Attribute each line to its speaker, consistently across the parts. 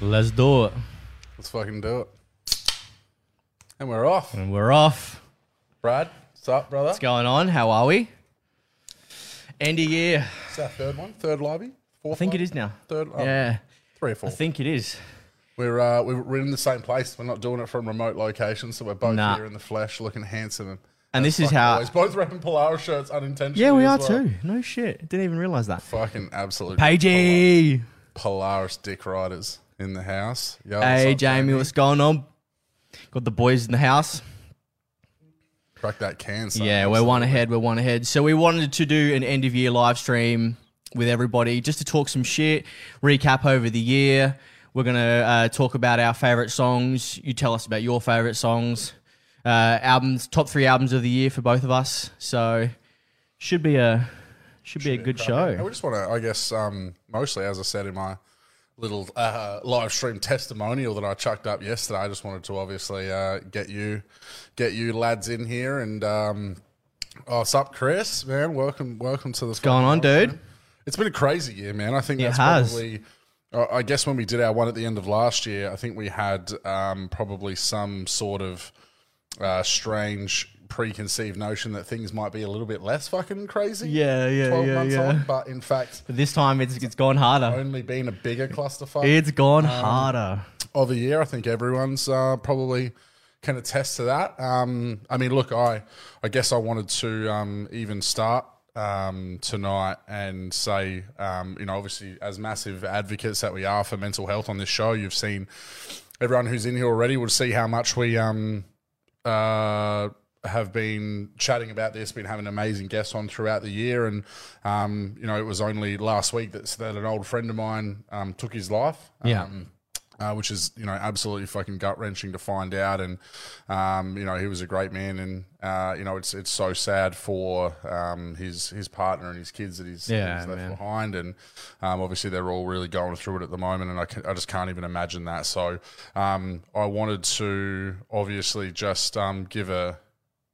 Speaker 1: Let's do it.
Speaker 2: Let's fucking do it. And we're off.
Speaker 1: And we're off.
Speaker 2: Brad, what's up, brother?
Speaker 1: What's going on? How are we? End of year.
Speaker 2: It's our third one, third lobby,
Speaker 1: I
Speaker 2: fourth.
Speaker 1: think it
Speaker 2: lobby?
Speaker 1: is now.
Speaker 2: Third, oh,
Speaker 1: Yeah.
Speaker 2: three or four.
Speaker 1: I think it is.
Speaker 2: we're uh, we're we're in the same place. We're not doing it from remote locations, so we're both
Speaker 1: Nah.
Speaker 2: here in the flesh, looking handsome. And,
Speaker 1: And this is
Speaker 2: fucking
Speaker 1: how.
Speaker 2: always. both repping Polaris shirts unintentionally.
Speaker 1: Yeah, we
Speaker 2: as
Speaker 1: are
Speaker 2: well.
Speaker 1: too. No shit. Didn't even realize that.
Speaker 2: Fucking absolute
Speaker 1: Pagey.
Speaker 2: Polar- Polaris dick riders in the house. Yo, what's
Speaker 1: Hey,
Speaker 2: up,
Speaker 1: Jamie, what's going on? Got the boys in the house.
Speaker 2: Crack that can. son.
Speaker 1: Yeah, we're one ahead. We're one ahead. So we wanted to do an end of year live stream with everybody just to talk some shit, recap over the year. We're gonna uh, talk about our favorite songs. You tell us about your favorite songs, uh, albums, top three albums of the year for both of us. So should be a should, be a good
Speaker 2: And
Speaker 1: show.
Speaker 2: we just want to, I guess, um, mostly as I said in my little uh, live stream testimonial that I chucked up yesterday, I just wanted to obviously uh, get you, get you lads in here and. Um, Oh, what's up, Chris? Man, welcome, welcome to this. What's
Speaker 1: going on, dude?
Speaker 2: It's been a crazy year, man. I think that's
Speaker 1: has.
Speaker 2: probably. uh, I guess when we did our one at the end of last year, I think we had um, probably some sort of uh, strange preconceived notion that things might be a little bit less fucking crazy.
Speaker 1: Yeah, yeah,
Speaker 2: 12
Speaker 1: yeah,
Speaker 2: months
Speaker 1: yeah.
Speaker 2: on, but in fact,
Speaker 1: But this time it's it's gone harder.
Speaker 2: only been a bigger clusterfuck
Speaker 1: It's gone harder.
Speaker 2: of a year. I think everyone's uh, probably can attest to that. Um, I mean, look, I I guess I wanted to um, even start um, tonight and say, um, you know, obviously as massive advocates that we are for mental health on this show, you've seen everyone who's in here already will see how much we um, uh, have been chatting about this, been having amazing guests on throughout the year, and um, you know, it was only last week that, that an old friend of mine um, took his life.
Speaker 1: Yeah.
Speaker 2: Um, uh, which is you know absolutely fucking gut wrenching to find out. And um, you know he was a great man, and uh, you know it's it's so sad for um, his his partner and his kids that he's, that
Speaker 1: Yeah,
Speaker 2: he's left
Speaker 1: man.
Speaker 2: behind. And um, obviously they're all really going through it at the moment, and I can, I just can't even imagine that. So um, I wanted to obviously just um, give a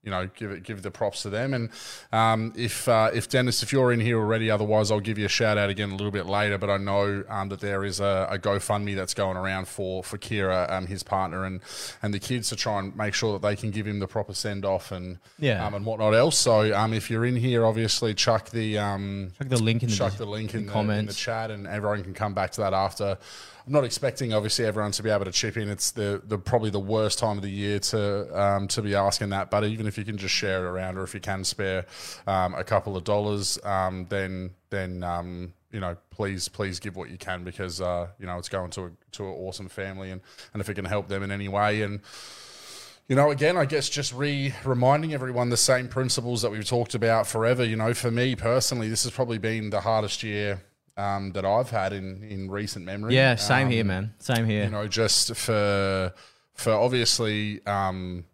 Speaker 2: you know, give it give the props to them. And um, if uh, if Dennis, if you're in here already, otherwise I'll give you a shout out again a little bit later. But I know um, that there is a, a GoFundMe that's going around for for Kira, um, his partner, and and the kids to try and make sure that they can give him the proper send off and
Speaker 1: Yeah.
Speaker 2: um, and whatnot else. So um, if you're in here, obviously chuck the um,
Speaker 1: Chuck the link in the
Speaker 2: chuck the link in the, in the
Speaker 1: comments.
Speaker 2: chat, and everyone can come back to that after. I'm not expecting, obviously, everyone to be able to chip in. It's the, the probably the worst time of the year to um, to be asking that. But even if you can just share it around, or if you can spare um, a couple of dollars, um, then then um, you know, please please give what you can because uh, you know it's going to a, to an awesome family, and and if it can help them in any way, and you know, again, I guess just re reminding everyone the same principles that we've talked about forever. You know, for me personally, this has probably been the hardest year um, that I've had in, in recent memory.
Speaker 1: Yeah, same here, man. Same here.
Speaker 2: You know, just for for obviously um,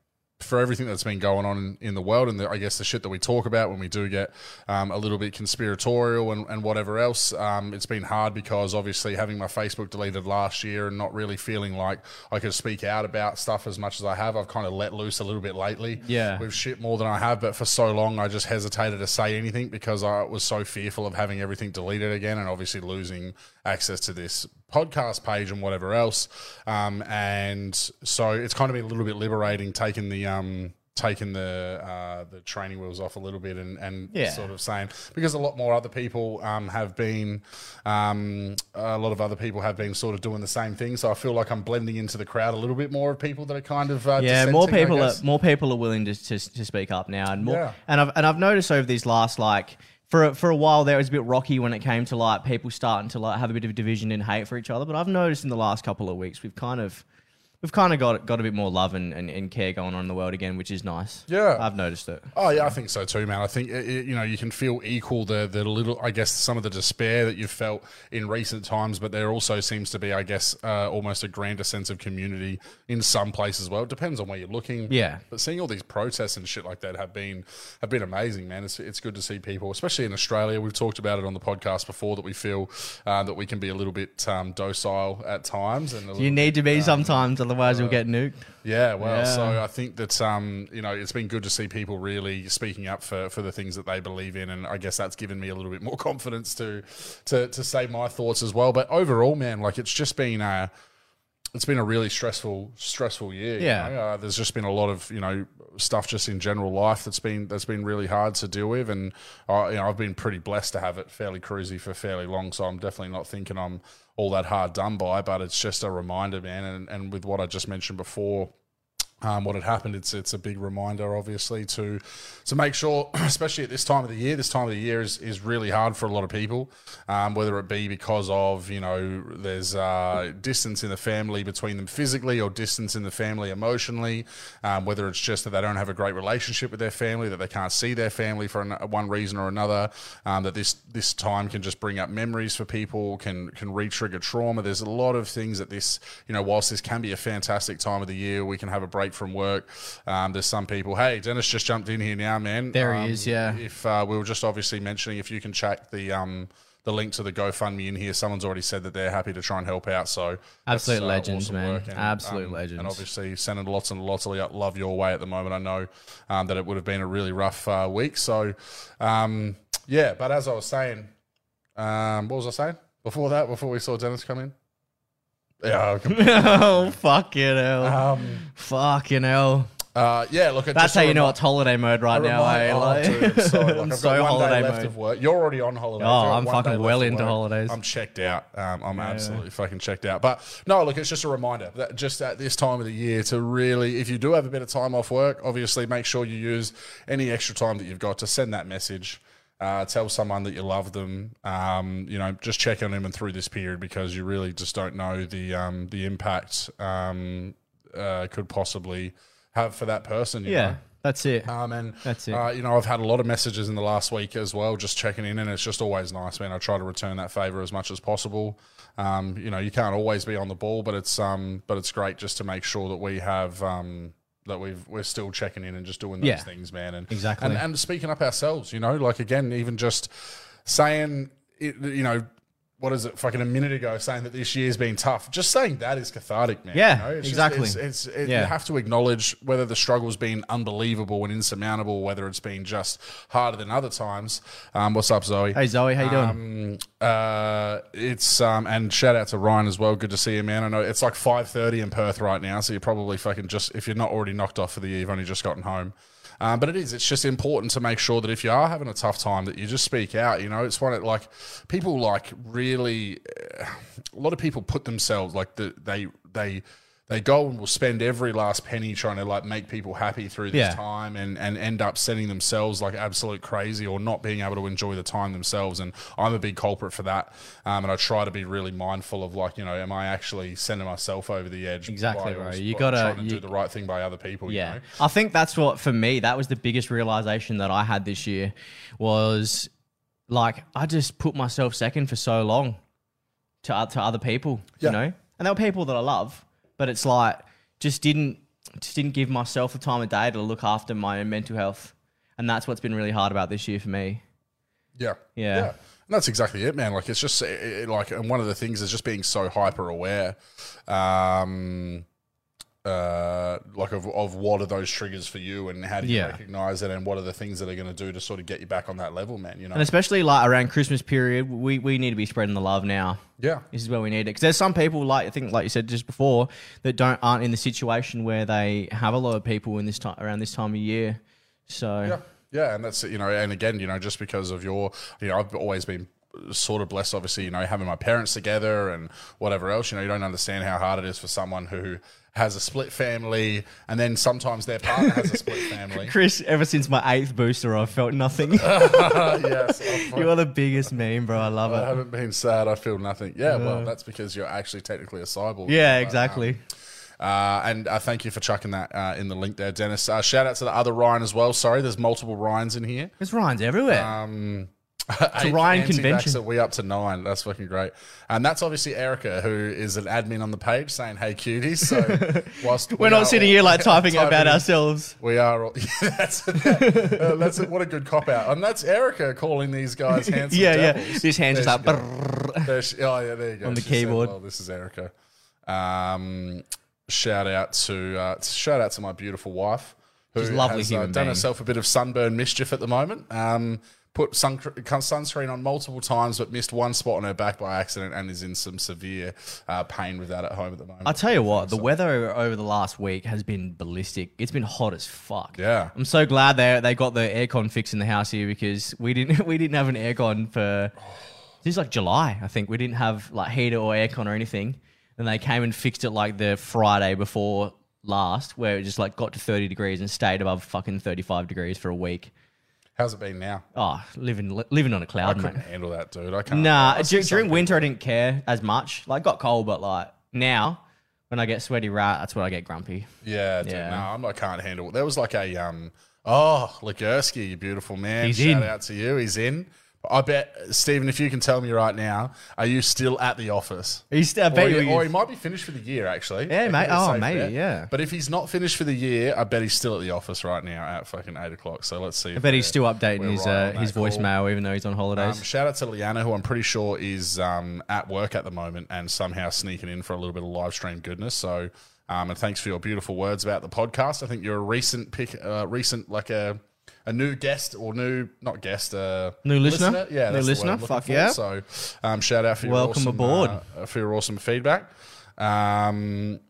Speaker 2: for everything that's been going on in, in the world, and the, I guess the shit that we talk about when we do get um, a little bit conspiratorial and, and whatever else, um, it's been hard because obviously having my Facebook deleted last year and not really feeling like I could speak out about stuff as much as I have, I've kind of let loose a little bit lately.
Speaker 1: Yeah.
Speaker 2: with shit more than I have, but for so long I just hesitated to say anything because I was so fearful of having everything deleted again and obviously losing access to this podcast page and whatever else. Um, and so it's kind of been a little bit liberating taking the um taking the uh, the training wheels off a little bit and, and
Speaker 1: Yeah.
Speaker 2: sort of saying because a lot more other people um, have been um, a lot of other people have been sort of doing the same thing so I feel like I'm blending into the crowd a little bit more of people that are kind of uh,
Speaker 1: Yeah, more
Speaker 2: dissenting, I
Speaker 1: people are
Speaker 2: guess.
Speaker 1: more people are willing to, to, to speak up now, and more
Speaker 2: Yeah.
Speaker 1: and I've and I've noticed over these last like for a- for a while there was a bit rocky when it came to like people starting to like have a bit of division and hate for each other, but I've noticed in the last couple of weeks we've kind of we've kind of got got a bit more love and, and, and care going on in the world again, which is nice.
Speaker 2: Yeah.
Speaker 1: I've noticed it.
Speaker 2: Oh yeah, I think so too, man. I think it, it- you know you can feel equal the the little, I guess, some of the despair that you've felt in recent times, but there also seems to be, I guess, uh, almost a grander sense of community in some places. as Well, it depends on where you're looking.
Speaker 1: Yeah.
Speaker 2: but seeing all these protests and shit like that have been have been amazing, man. It's it's good to see people, especially in Australia. We've talked about it on the podcast before that we feel uh, that we can be a little bit um, docile at times and a
Speaker 1: You
Speaker 2: little
Speaker 1: need to be sometimes, otherwise you'll get nuked.
Speaker 2: yeah, well,
Speaker 1: Yeah.
Speaker 2: so I think that um, you know it's been good to see people really speaking up for, for the things that they believe in, and I guess that's given me a little bit more confidence to to to say my thoughts as well. But overall, man, like it's just been a it's been a really stressful stressful year. you
Speaker 1: Yeah.
Speaker 2: know? uh, there's just been a lot of you know stuff just in general life that's been that's been really hard to deal with, and I you know, I've been pretty blessed to have it fairly cruisy for fairly long. So I'm definitely not thinking I'm all that hard done by, but it's just a reminder, man. And, and with what I just mentioned before, um, what had happened. It's it's a big reminder, obviously, to to make sure, especially at this time of the year. This time of the year is is really hard for a lot of people, um, whether it be because of you know there's uh, distance in the family between them physically, or distance in the family emotionally, um, whether it's just that they don't have a great relationship with their family, that they can't see their family for an, one reason or another, um, that this this time can just bring up memories for people, can can re-trigger trauma. There's a lot of things that this you know whilst this can be a fantastic time of the year, we can have a break from work. Um, there's some people, hey, Dennis just jumped in here now, man.
Speaker 1: There he
Speaker 2: Um,
Speaker 1: is, yeah.
Speaker 2: If uh, we were just obviously mentioning, if you can check the um, the link to the GoFundMe in here, someone's already said that they're happy to try and help out. So that's,
Speaker 1: Absolute legends, man.
Speaker 2: uh, and,
Speaker 1: Absolute
Speaker 2: um,
Speaker 1: legends.
Speaker 2: And obviously, sending lots and lots of love your way at the moment. I know um, that it would have been a really rough uh, week. So um, yeah, but as I was saying, um, what was I saying before that? Before we saw Dennis come in. Yeah, I can-
Speaker 1: oh, fucking hell.
Speaker 2: um,
Speaker 1: fucking hell.
Speaker 2: uh, yeah. Look, it
Speaker 1: That's
Speaker 2: just
Speaker 1: how
Speaker 2: a
Speaker 1: you know
Speaker 2: remi-
Speaker 1: it's holiday mode right
Speaker 2: a
Speaker 1: now, eh?
Speaker 2: reminder-
Speaker 1: Like,
Speaker 2: oh, dude, I'm so, like,
Speaker 1: I'm
Speaker 2: I've
Speaker 1: so
Speaker 2: got one day
Speaker 1: holiday
Speaker 2: left
Speaker 1: mode.
Speaker 2: of work. You're already on holiday.
Speaker 1: Oh,
Speaker 2: I've got
Speaker 1: I'm
Speaker 2: one day
Speaker 1: fucking
Speaker 2: left
Speaker 1: well
Speaker 2: of
Speaker 1: into
Speaker 2: work.
Speaker 1: holidays.
Speaker 2: I'm checked out. Um, I'm absolutely fucking checked out. But no, look, it's just a reminder that just at this time of the year to really, if you do have a bit of time off work, obviously make sure you use any extra time that you've got to send that message. Uh, tell someone that you love them. Um, you know, just check on them and through this period because you really just don't know the um, the impact um, uh, could possibly have for that person. You
Speaker 1: yeah,
Speaker 2: know?
Speaker 1: that's it.
Speaker 2: Um, and
Speaker 1: That's it.
Speaker 2: Uh, you know, I've had a lot of messages in the last week as well, just checking in, and it's just always nice, man. I try to return that favor as much as possible. Um, you know, you can't always be on the ball, but it's um, but it's great just to make sure that we have um, that we've we're still checking in and just doing those
Speaker 1: Yeah.
Speaker 2: things, man. And
Speaker 1: Exactly.
Speaker 2: and, and speaking up ourselves, you know, like again, even just saying, it, you know. What is it? Fucking a minute ago, saying that this year's been tough. Just saying that is cathartic, man.
Speaker 1: Yeah,
Speaker 2: you know? It's just-
Speaker 1: exactly.
Speaker 2: it's- it's it,
Speaker 1: Yeah.
Speaker 2: you have to acknowledge whether the struggle's been unbelievable and insurmountable, whether it's been just harder than other times. Um, what's up, Zoe?
Speaker 1: hey, Zoe, how you doing?
Speaker 2: Um, uh, it's um, and shout out to Ryan as well. Good to see you, man. I know it's like five thirty in Perth right now, so you're probably fucking just if you're not already knocked off for the year, you've only just gotten home. Um, but it is. It's just important to make sure that if you are having a tough time, that you just speak out. You know, it's one of like people like really. uh, A lot of people put themselves like the, they they they go and will spend every last penny trying to like make people happy through this
Speaker 1: Yeah.
Speaker 2: time time and, and end up sending themselves like absolute crazy or not being able to enjoy the time themselves. And I'm a big culprit for that. Um, and I try to be really mindful of like, you know, am I actually sending myself over the edge?
Speaker 1: Exactly,
Speaker 2: by-
Speaker 1: right. You
Speaker 2: by
Speaker 1: gotta-
Speaker 2: trying to
Speaker 1: you-
Speaker 2: do the right thing by other people.
Speaker 1: Yeah.
Speaker 2: You know?
Speaker 1: I think that's what for me that was the biggest realization that I had this year was like I just put myself second for so long to o- to other people,
Speaker 2: Yeah.
Speaker 1: you know? And they were people that I love, but it's like just didn't just didn't give myself the time of day to look after my own mental health. And that's what's been really hard about this year for me.
Speaker 2: Yeah.
Speaker 1: Yeah.
Speaker 2: And that's exactly it, man. Like it's just it, it- like, and one of the things is just being so hyper aware, um, uh, like of, of what are those triggers for you, and how do you
Speaker 1: Yeah.
Speaker 2: recognize it, and what are the things that are going to do to sort of get you back on that level, man. You know,
Speaker 1: And especially like around Christmas period, we, we need to be spreading the love now.
Speaker 2: yeah,
Speaker 1: This is where we need it because there's some people like I think like you said just before that don't aren't in the situation where they have a lot of people in this time around this time of year. So
Speaker 2: Yeah, yeah, and that's it, you know, and again, you know, just because of your, you know, I've always been sort of blessed, obviously, you know, having my parents together and whatever else. You know, you don't understand how hard it is for someone who has a split family, and then sometimes their partner has a split family.
Speaker 1: Chris, ever since my eighth booster, I've felt nothing.
Speaker 2: yes, I
Speaker 1: you are the biggest meme, bro. I love
Speaker 2: I
Speaker 1: it.
Speaker 2: haven't been sad. I feel nothing. Yeah, well, that's because you're actually technically a cyborg.
Speaker 1: Yeah,
Speaker 2: But, um,
Speaker 1: exactly.
Speaker 2: Uh, and uh, thank you for chucking that uh, in the link there, Dennis. Uh, shout out to the other Ryan as well. Sorry, there's multiple Ryans in here.
Speaker 1: There's Ryan's everywhere.
Speaker 2: It's
Speaker 1: Ryan convention.
Speaker 2: We up to nine. That's fucking great. And that's obviously Erica, who is an admin on the page, saying, "Hey, cuties." So whilst
Speaker 1: We're
Speaker 2: we
Speaker 1: not
Speaker 2: are
Speaker 1: sitting
Speaker 2: all-
Speaker 1: here like typing
Speaker 2: typing
Speaker 1: about
Speaker 2: in.
Speaker 1: ourselves.
Speaker 2: we are all. Yeah, that's uh, that's what a good cop out. And that's Erica calling these guys handsome.
Speaker 1: Yeah, yeah.
Speaker 2: devils.
Speaker 1: This hand just
Speaker 2: There
Speaker 1: like
Speaker 2: she goes. There she- oh yeah, there you go.
Speaker 1: On the
Speaker 2: She said,
Speaker 1: keyboard.
Speaker 2: "Well, this is Erica. Um, shout out to uh, shout out to my beautiful wife, who
Speaker 1: She's a lovely
Speaker 2: has uh,
Speaker 1: human
Speaker 2: done
Speaker 1: being.
Speaker 2: herself a bit of sunburn mischief at the moment. Um, put sun, sunscreen on multiple times, but missed one spot on her back by accident and is in some severe uh, pain with that at home at the moment.
Speaker 1: I'll tell you what, the weather over the last week has been ballistic. It's been hot as fuck.
Speaker 2: Yeah.
Speaker 1: I'm so glad they they got the aircon fix in the house here because we didn't we didn't have an aircon for this is like July, I think. We didn't have like heater or aircon or anything. And they came and fixed it like the Friday before last, where it just like got to thirty degrees and stayed above fucking thirty five degrees for a week.
Speaker 2: How's it been now?
Speaker 1: Oh, living living on a
Speaker 2: I
Speaker 1: cloud, mate.
Speaker 2: couldn't handle that, dude. I can't.
Speaker 1: Nah,
Speaker 2: I've
Speaker 1: dur-
Speaker 2: seen
Speaker 1: during
Speaker 2: some-
Speaker 1: winter I didn't care as much. Like got cold, but like now when I get sweaty rat, that's when I get grumpy.
Speaker 2: Yeah, dude,
Speaker 1: Yeah.
Speaker 2: no, I'm, I can't handle it. There was like a um, oh Ligursky, you beautiful man.
Speaker 1: He's
Speaker 2: Shout
Speaker 1: in.
Speaker 2: out to you. He's in. I bet Stephen, if you can tell me right now, are you still at the office?
Speaker 1: He's, I
Speaker 2: Or
Speaker 1: bet
Speaker 2: he,
Speaker 1: you,
Speaker 2: or he might be finished for the year, actually.
Speaker 1: Yeah,
Speaker 2: I think
Speaker 1: mate.
Speaker 2: it's
Speaker 1: Oh,
Speaker 2: safe
Speaker 1: maybe,
Speaker 2: bet.
Speaker 1: yeah.
Speaker 2: But if he's not finished for the year, I bet he's still at the office right now at fucking eight o'clock. So let's see.
Speaker 1: I bet he's still updating
Speaker 2: We're
Speaker 1: his
Speaker 2: right
Speaker 1: uh,
Speaker 2: on
Speaker 1: his
Speaker 2: that call.
Speaker 1: voicemail even though he's on
Speaker 2: Um,
Speaker 1: holidays.
Speaker 2: shout out to Liana, who I'm pretty sure is um, at work at the moment and somehow sneaking in for a little bit of live stream goodness. So, um, and thanks for your beautiful words about the podcast. I think you're a recent pick, uh, recent like a a new guest or new not guest, uh,
Speaker 1: New listener?
Speaker 2: Yeah,
Speaker 1: New
Speaker 2: that's the word
Speaker 1: listener,
Speaker 2: I'm looking
Speaker 1: fuck
Speaker 2: for.
Speaker 1: yeah.
Speaker 2: So, um, shout out for your
Speaker 1: Welcome
Speaker 2: awesome,
Speaker 1: aboard.
Speaker 2: uh, for your awesome feedback. Um,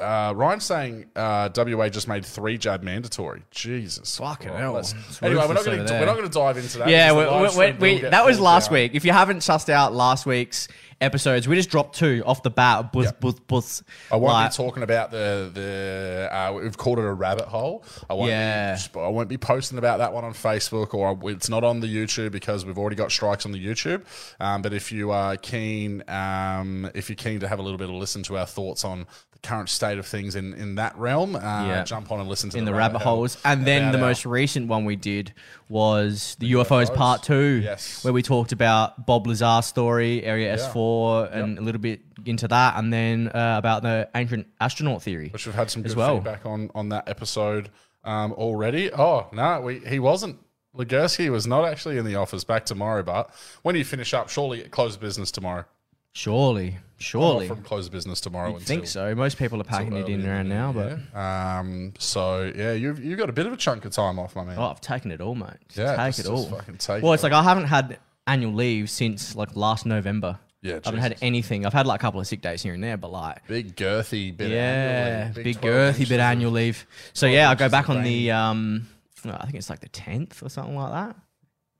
Speaker 2: uh, Ryan's saying uh, WA just made three jab mandatory. Jesus,
Speaker 1: Fucking
Speaker 2: Christ.
Speaker 1: hell.
Speaker 2: That's-
Speaker 1: It's
Speaker 2: Anyway, we're not
Speaker 1: ruthless
Speaker 2: going
Speaker 1: over
Speaker 2: to
Speaker 1: there.
Speaker 2: we're not going to dive into that.
Speaker 1: yeah,
Speaker 2: because the live
Speaker 1: we, we,
Speaker 2: stream will
Speaker 1: we,
Speaker 2: get
Speaker 1: that was
Speaker 2: pulled
Speaker 1: last
Speaker 2: down.
Speaker 1: week. If you haven't sussed out last week's episodes, we just dropped two off the bat. Buzz, buzz, buzz.
Speaker 2: I won't
Speaker 1: Like,
Speaker 2: be talking about the the uh, we've called it a rabbit hole. I won't
Speaker 1: Yeah.
Speaker 2: be, I won't be posting about that one on Facebook or I- it's not on the YouTube because we've already got strikes on the YouTube. Um, but if you are keen, um, if you're keen to have a little bit of listen to our thoughts on the current state of things in in that realm, uh,
Speaker 1: Yeah.
Speaker 2: jump on and listen to
Speaker 1: in the rabbit holes. And then
Speaker 2: about
Speaker 1: the
Speaker 2: our-
Speaker 1: most recent one we did was the UFOs,
Speaker 2: UFOs.
Speaker 1: part two,
Speaker 2: Yes.
Speaker 1: where we talked about Bob Lazar's story, Area S4, and a little bit into that, and then uh, about the ancient astronaut theory.
Speaker 2: which we've had some
Speaker 1: as
Speaker 2: good
Speaker 1: well.
Speaker 2: feedback on on that episode um, already. Oh no, we he wasn't. Ligursky was not actually in the office back tomorrow, but when you finish up, surely close business tomorrow.
Speaker 1: Surely,
Speaker 2: Well,
Speaker 1: surely.
Speaker 2: from close business tomorrow.
Speaker 1: I
Speaker 2: until
Speaker 1: think so. Most people are packing it
Speaker 2: early
Speaker 1: in around now, but
Speaker 2: Um, so yeah, you've you've got a bit of a chunk of time off, my man.
Speaker 1: oh, I've taken it all, mate. Just
Speaker 2: Yeah,
Speaker 1: take
Speaker 2: just-
Speaker 1: it
Speaker 2: just
Speaker 1: all.
Speaker 2: fucking take
Speaker 1: well,
Speaker 2: it
Speaker 1: it's like I haven't had annual leave since like last November.
Speaker 2: Yeah,
Speaker 1: I haven't had anything. I've had like a couple of sick days here and there, but like
Speaker 2: Big girthy bit.
Speaker 1: Yeah,
Speaker 2: annually,
Speaker 1: big,
Speaker 2: 12
Speaker 1: girthy
Speaker 2: inches
Speaker 1: bit
Speaker 2: of-
Speaker 1: annual leave. So yeah, I go
Speaker 2: inches
Speaker 1: back
Speaker 2: of
Speaker 1: on the um, no, I think it's like the tenth or something like that.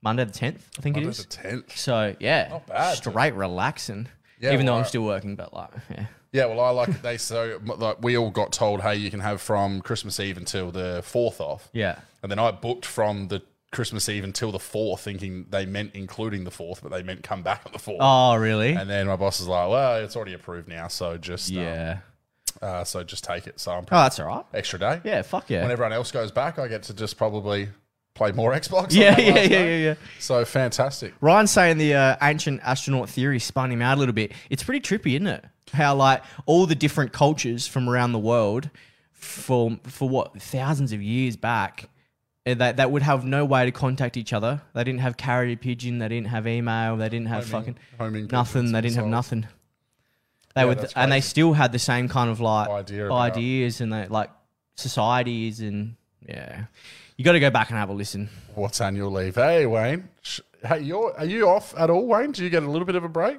Speaker 1: Monday the tenth, I think
Speaker 2: Monday's
Speaker 1: it is.
Speaker 2: the tenth.
Speaker 1: So yeah,
Speaker 2: bad, dude.
Speaker 1: straight relaxing.
Speaker 2: Yeah,
Speaker 1: even though
Speaker 2: well,
Speaker 1: I'm
Speaker 2: I-
Speaker 1: still working, but like, yeah.
Speaker 2: Yeah, well, I like they so like we all got told, hey, you can have from Christmas Eve until the fourth off.
Speaker 1: yeah.
Speaker 2: And then I booked from the Christmas Eve until the fourth, thinking they meant including the fourth, but they meant come back on the fourth.
Speaker 1: Oh really?
Speaker 2: And then my boss is like, well, it's already approved now, so just yeah,
Speaker 1: yeah.
Speaker 2: uh, so just take it. So I'm
Speaker 1: Oh, that's all right.
Speaker 2: extra day.
Speaker 1: Yeah, fuck yeah.
Speaker 2: When everyone else goes back, I get to just probably play more Xbox. on
Speaker 1: yeah, yeah,
Speaker 2: that
Speaker 1: yeah,
Speaker 2: last
Speaker 1: yeah,
Speaker 2: day.
Speaker 1: yeah.
Speaker 2: So fantastic.
Speaker 1: Ryan's saying the uh, ancient astronaut theory spun him out a little bit. It's pretty trippy, isn't it? How like all the different cultures from around the world, from for what thousands of years back, eh, that that would have no way to contact each other. They didn't have carrier pigeon. They didn't have email. They didn't have
Speaker 2: Homing-
Speaker 1: fucking
Speaker 2: homing
Speaker 1: nothing.
Speaker 2: pigeons
Speaker 1: They
Speaker 2: and
Speaker 1: didn't have
Speaker 2: so on.
Speaker 1: nothing. They
Speaker 2: Yeah,
Speaker 1: would,
Speaker 2: that's
Speaker 1: and they
Speaker 2: crazy.
Speaker 1: still had the same kind of like
Speaker 2: Idea about-
Speaker 1: ideas and they, like societies and yeah. You got to go back and have a listen.
Speaker 2: What's annual leave? Hey, Wayne. Sh- Hey, you're are you off at all, Wayne? Do you get a little bit of a break?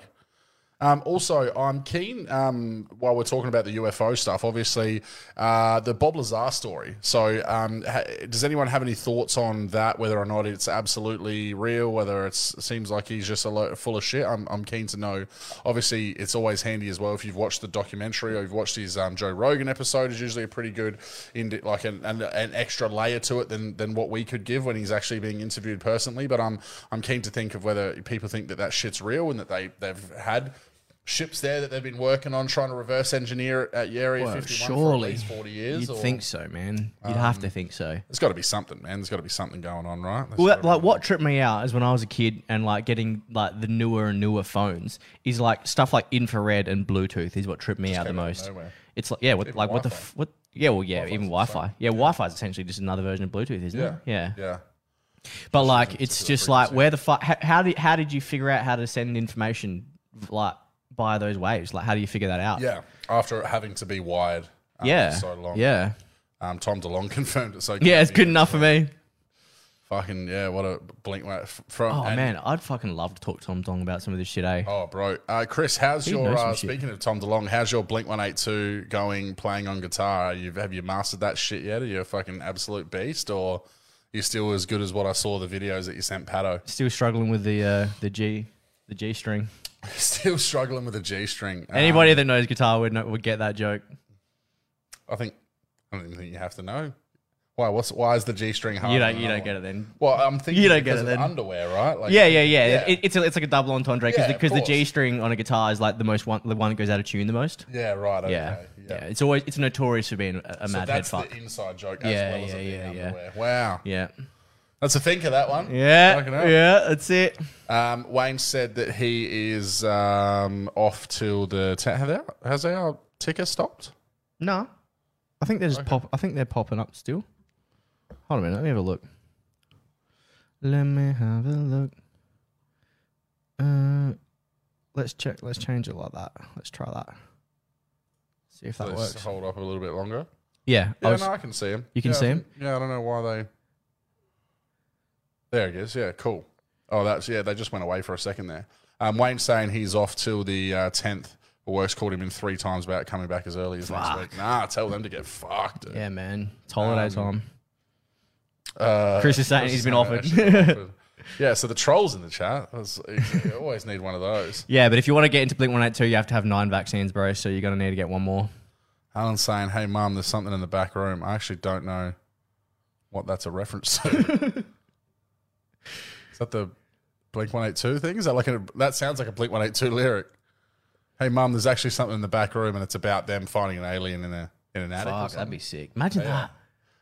Speaker 2: Um, also, I'm keen um, while we're talking about the UFO stuff. Obviously, uh, the Bob Lazar story. So, um, ha- does anyone have any thoughts on that? Whether or not it's absolutely real, whether it's, it seems like he's just a lot full of shit. I'm, I'm keen to know. Obviously, it's always handy as well if you've watched the documentary or you've watched his um, Joe Rogan episode. Is usually a pretty good, in like an, an, an extra layer to it than than what we could give when he's actually being interviewed personally. But I'm I'm keen to think of whether people think that that shit's real and that they they've had ships there that they've been working on trying to reverse engineer it at Area 51 for at
Speaker 1: surely
Speaker 2: least 40 years.
Speaker 1: You'd
Speaker 2: or-
Speaker 1: think so, man. You'd have
Speaker 2: Um,
Speaker 1: to think so.
Speaker 2: There's got to be something, man. There's got to be something going on, right? There's
Speaker 1: Well,
Speaker 2: gotta
Speaker 1: that-
Speaker 2: be-
Speaker 1: like what tripped me out is when I was a kid and like getting like the newer and newer phones is like stuff like infrared and Bluetooth is what tripped me out the
Speaker 2: came out of
Speaker 1: most.
Speaker 2: nowhere.
Speaker 1: It's like yeah, what, like what the
Speaker 2: Wi-Fi.
Speaker 1: f- what? Yeah, well, yeah, even Wi-Fi. Yeah, Wi-Fi is essentially just another version of Bluetooth, isn't
Speaker 2: yeah,
Speaker 1: it? Yeah.
Speaker 2: yeah.
Speaker 1: But like, it's
Speaker 2: particular
Speaker 1: just like where the fuck? How, how did how did you figure out how to send information like by those waves? Like, how do you figure that out?
Speaker 2: Yeah. After it having to be wired um,
Speaker 1: yeah,
Speaker 2: for so long.
Speaker 1: yeah,
Speaker 2: Um, Tom DeLong confirmed it. So
Speaker 1: yeah. It's good enough for me.
Speaker 2: Fucking yeah, what a blink mate. F- From
Speaker 1: Oh
Speaker 2: and-
Speaker 1: man, I'd fucking love to talk to Tom Dong about some of this shit, eh?
Speaker 2: Oh, bro, uh, Chris, how's
Speaker 1: He
Speaker 2: your
Speaker 1: knows some
Speaker 2: uh,
Speaker 1: shit.
Speaker 2: speaking of Tom DeLong? How's your Blink One Eight Two going? Playing on guitar? You've have you mastered that shit yet? Are you a fucking absolute beast, or you still as good as what I saw the videos that you sent, Pato?
Speaker 1: Still struggling with the uh, the G the G string.
Speaker 2: still struggling with the G string. Uh,
Speaker 1: Anybody that knows guitar would know, would get that joke.
Speaker 2: I think I don't even think you have to know. Why? What's why is the G string hard?
Speaker 1: You don't you don't get it then.
Speaker 2: Well, I'm thinking
Speaker 1: You don't get
Speaker 2: because
Speaker 1: it
Speaker 2: of
Speaker 1: then.
Speaker 2: underwear, right? Like,
Speaker 1: Yeah, yeah, yeah.
Speaker 2: Yeah.
Speaker 1: It, it's a, it's like a double entendre
Speaker 2: Yeah,
Speaker 1: because
Speaker 2: of
Speaker 1: because the
Speaker 2: course.
Speaker 1: G string on a guitar is like the most one the one that goes out of tune the most.
Speaker 2: yeah, right. Okay.
Speaker 1: Yeah,
Speaker 2: Yeah,
Speaker 1: yeah. It's always it's notorious for being a, a
Speaker 2: So
Speaker 1: mad head
Speaker 2: that's the
Speaker 1: fuck.
Speaker 2: inside joke as
Speaker 1: Yeah,
Speaker 2: well as
Speaker 1: yeah,
Speaker 2: it being
Speaker 1: yeah, yeah.
Speaker 2: underwear. Wow,
Speaker 1: yeah,
Speaker 2: that's a thinker that one.
Speaker 1: yeah,
Speaker 2: Fucking hell.
Speaker 1: yeah. That's it.
Speaker 2: Um, Wayne said that he is um, off till the. Te- have our, has our ticker stopped?
Speaker 1: No, I think they're just pop. I think they're popping up still. Hold on a minute. Let me have a look. Let me have a look. Uh, let's check. Let's change it like that. Let's try that. See if that
Speaker 2: Let's
Speaker 1: works.
Speaker 2: hold up a little bit longer.
Speaker 1: Yeah. I
Speaker 2: Yeah,
Speaker 1: was,
Speaker 2: no, I can see him.
Speaker 1: You can
Speaker 2: Yeah, I
Speaker 1: see him?
Speaker 2: think- Yeah, I don't know why they. There it is. Yeah, cool. Oh, that's yeah. They just went away for a second there. Um, Wayne's saying he's off till the uh, tenth. Works called him in three times about coming back as early as next week. Nah, tell them to get fucked. dude.
Speaker 1: yeah, man. It's holiday
Speaker 2: Um,
Speaker 1: time.
Speaker 2: Uh,
Speaker 1: Chris is saying he's been offered.
Speaker 2: actually offered. yeah, so the trolls in the chat. That's, you always need one of those.
Speaker 1: Yeah, but if you want to get into Blink One Eight Two, you have to have nine vaccines, bro. So you're gonna need to get one more.
Speaker 2: Alan's saying, "Hey, mum, there's something in the back room." I actually don't know what that's a reference to. is that the Blink One Eight Two thing? Is that like a that sounds like a Blink One Eight Two lyric? Hey, mum, there's actually something in the back room, and it's about them finding an alien in a in an attic. or
Speaker 1: Fuck,
Speaker 2: something.
Speaker 1: that'd be sick. Imagine that.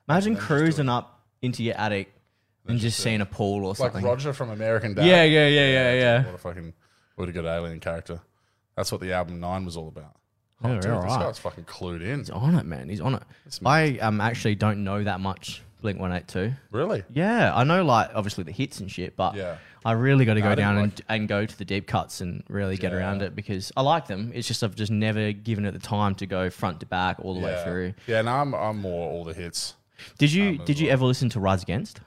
Speaker 1: Imagine cruising up into your attic and just seeing a pool or
Speaker 2: like
Speaker 1: something.
Speaker 2: Roger from American Dad.
Speaker 1: yeah, yeah, yeah, yeah, yeah.
Speaker 2: What a fucking what a good alien character. That's what the album Nine was all about. Oh,
Speaker 1: Yeah,
Speaker 2: Dude,
Speaker 1: all
Speaker 2: this
Speaker 1: right.
Speaker 2: guy's fucking clued in.
Speaker 1: He's on it, man. He's on it. I um actually don't know that much Blink One Eight Two.
Speaker 2: Really?
Speaker 1: Yeah, I know like obviously the hits and shit, but
Speaker 2: Yeah.
Speaker 1: I really got to go
Speaker 2: didn't
Speaker 1: down and, and go to the deep cuts and really get around it because I like them. It's just I've just never given it the time to go front to back all the way
Speaker 2: Yeah.
Speaker 1: through.
Speaker 2: Yeah, no, I'm I'm more all the hits.
Speaker 1: Did you did you ever listen to Rise Against?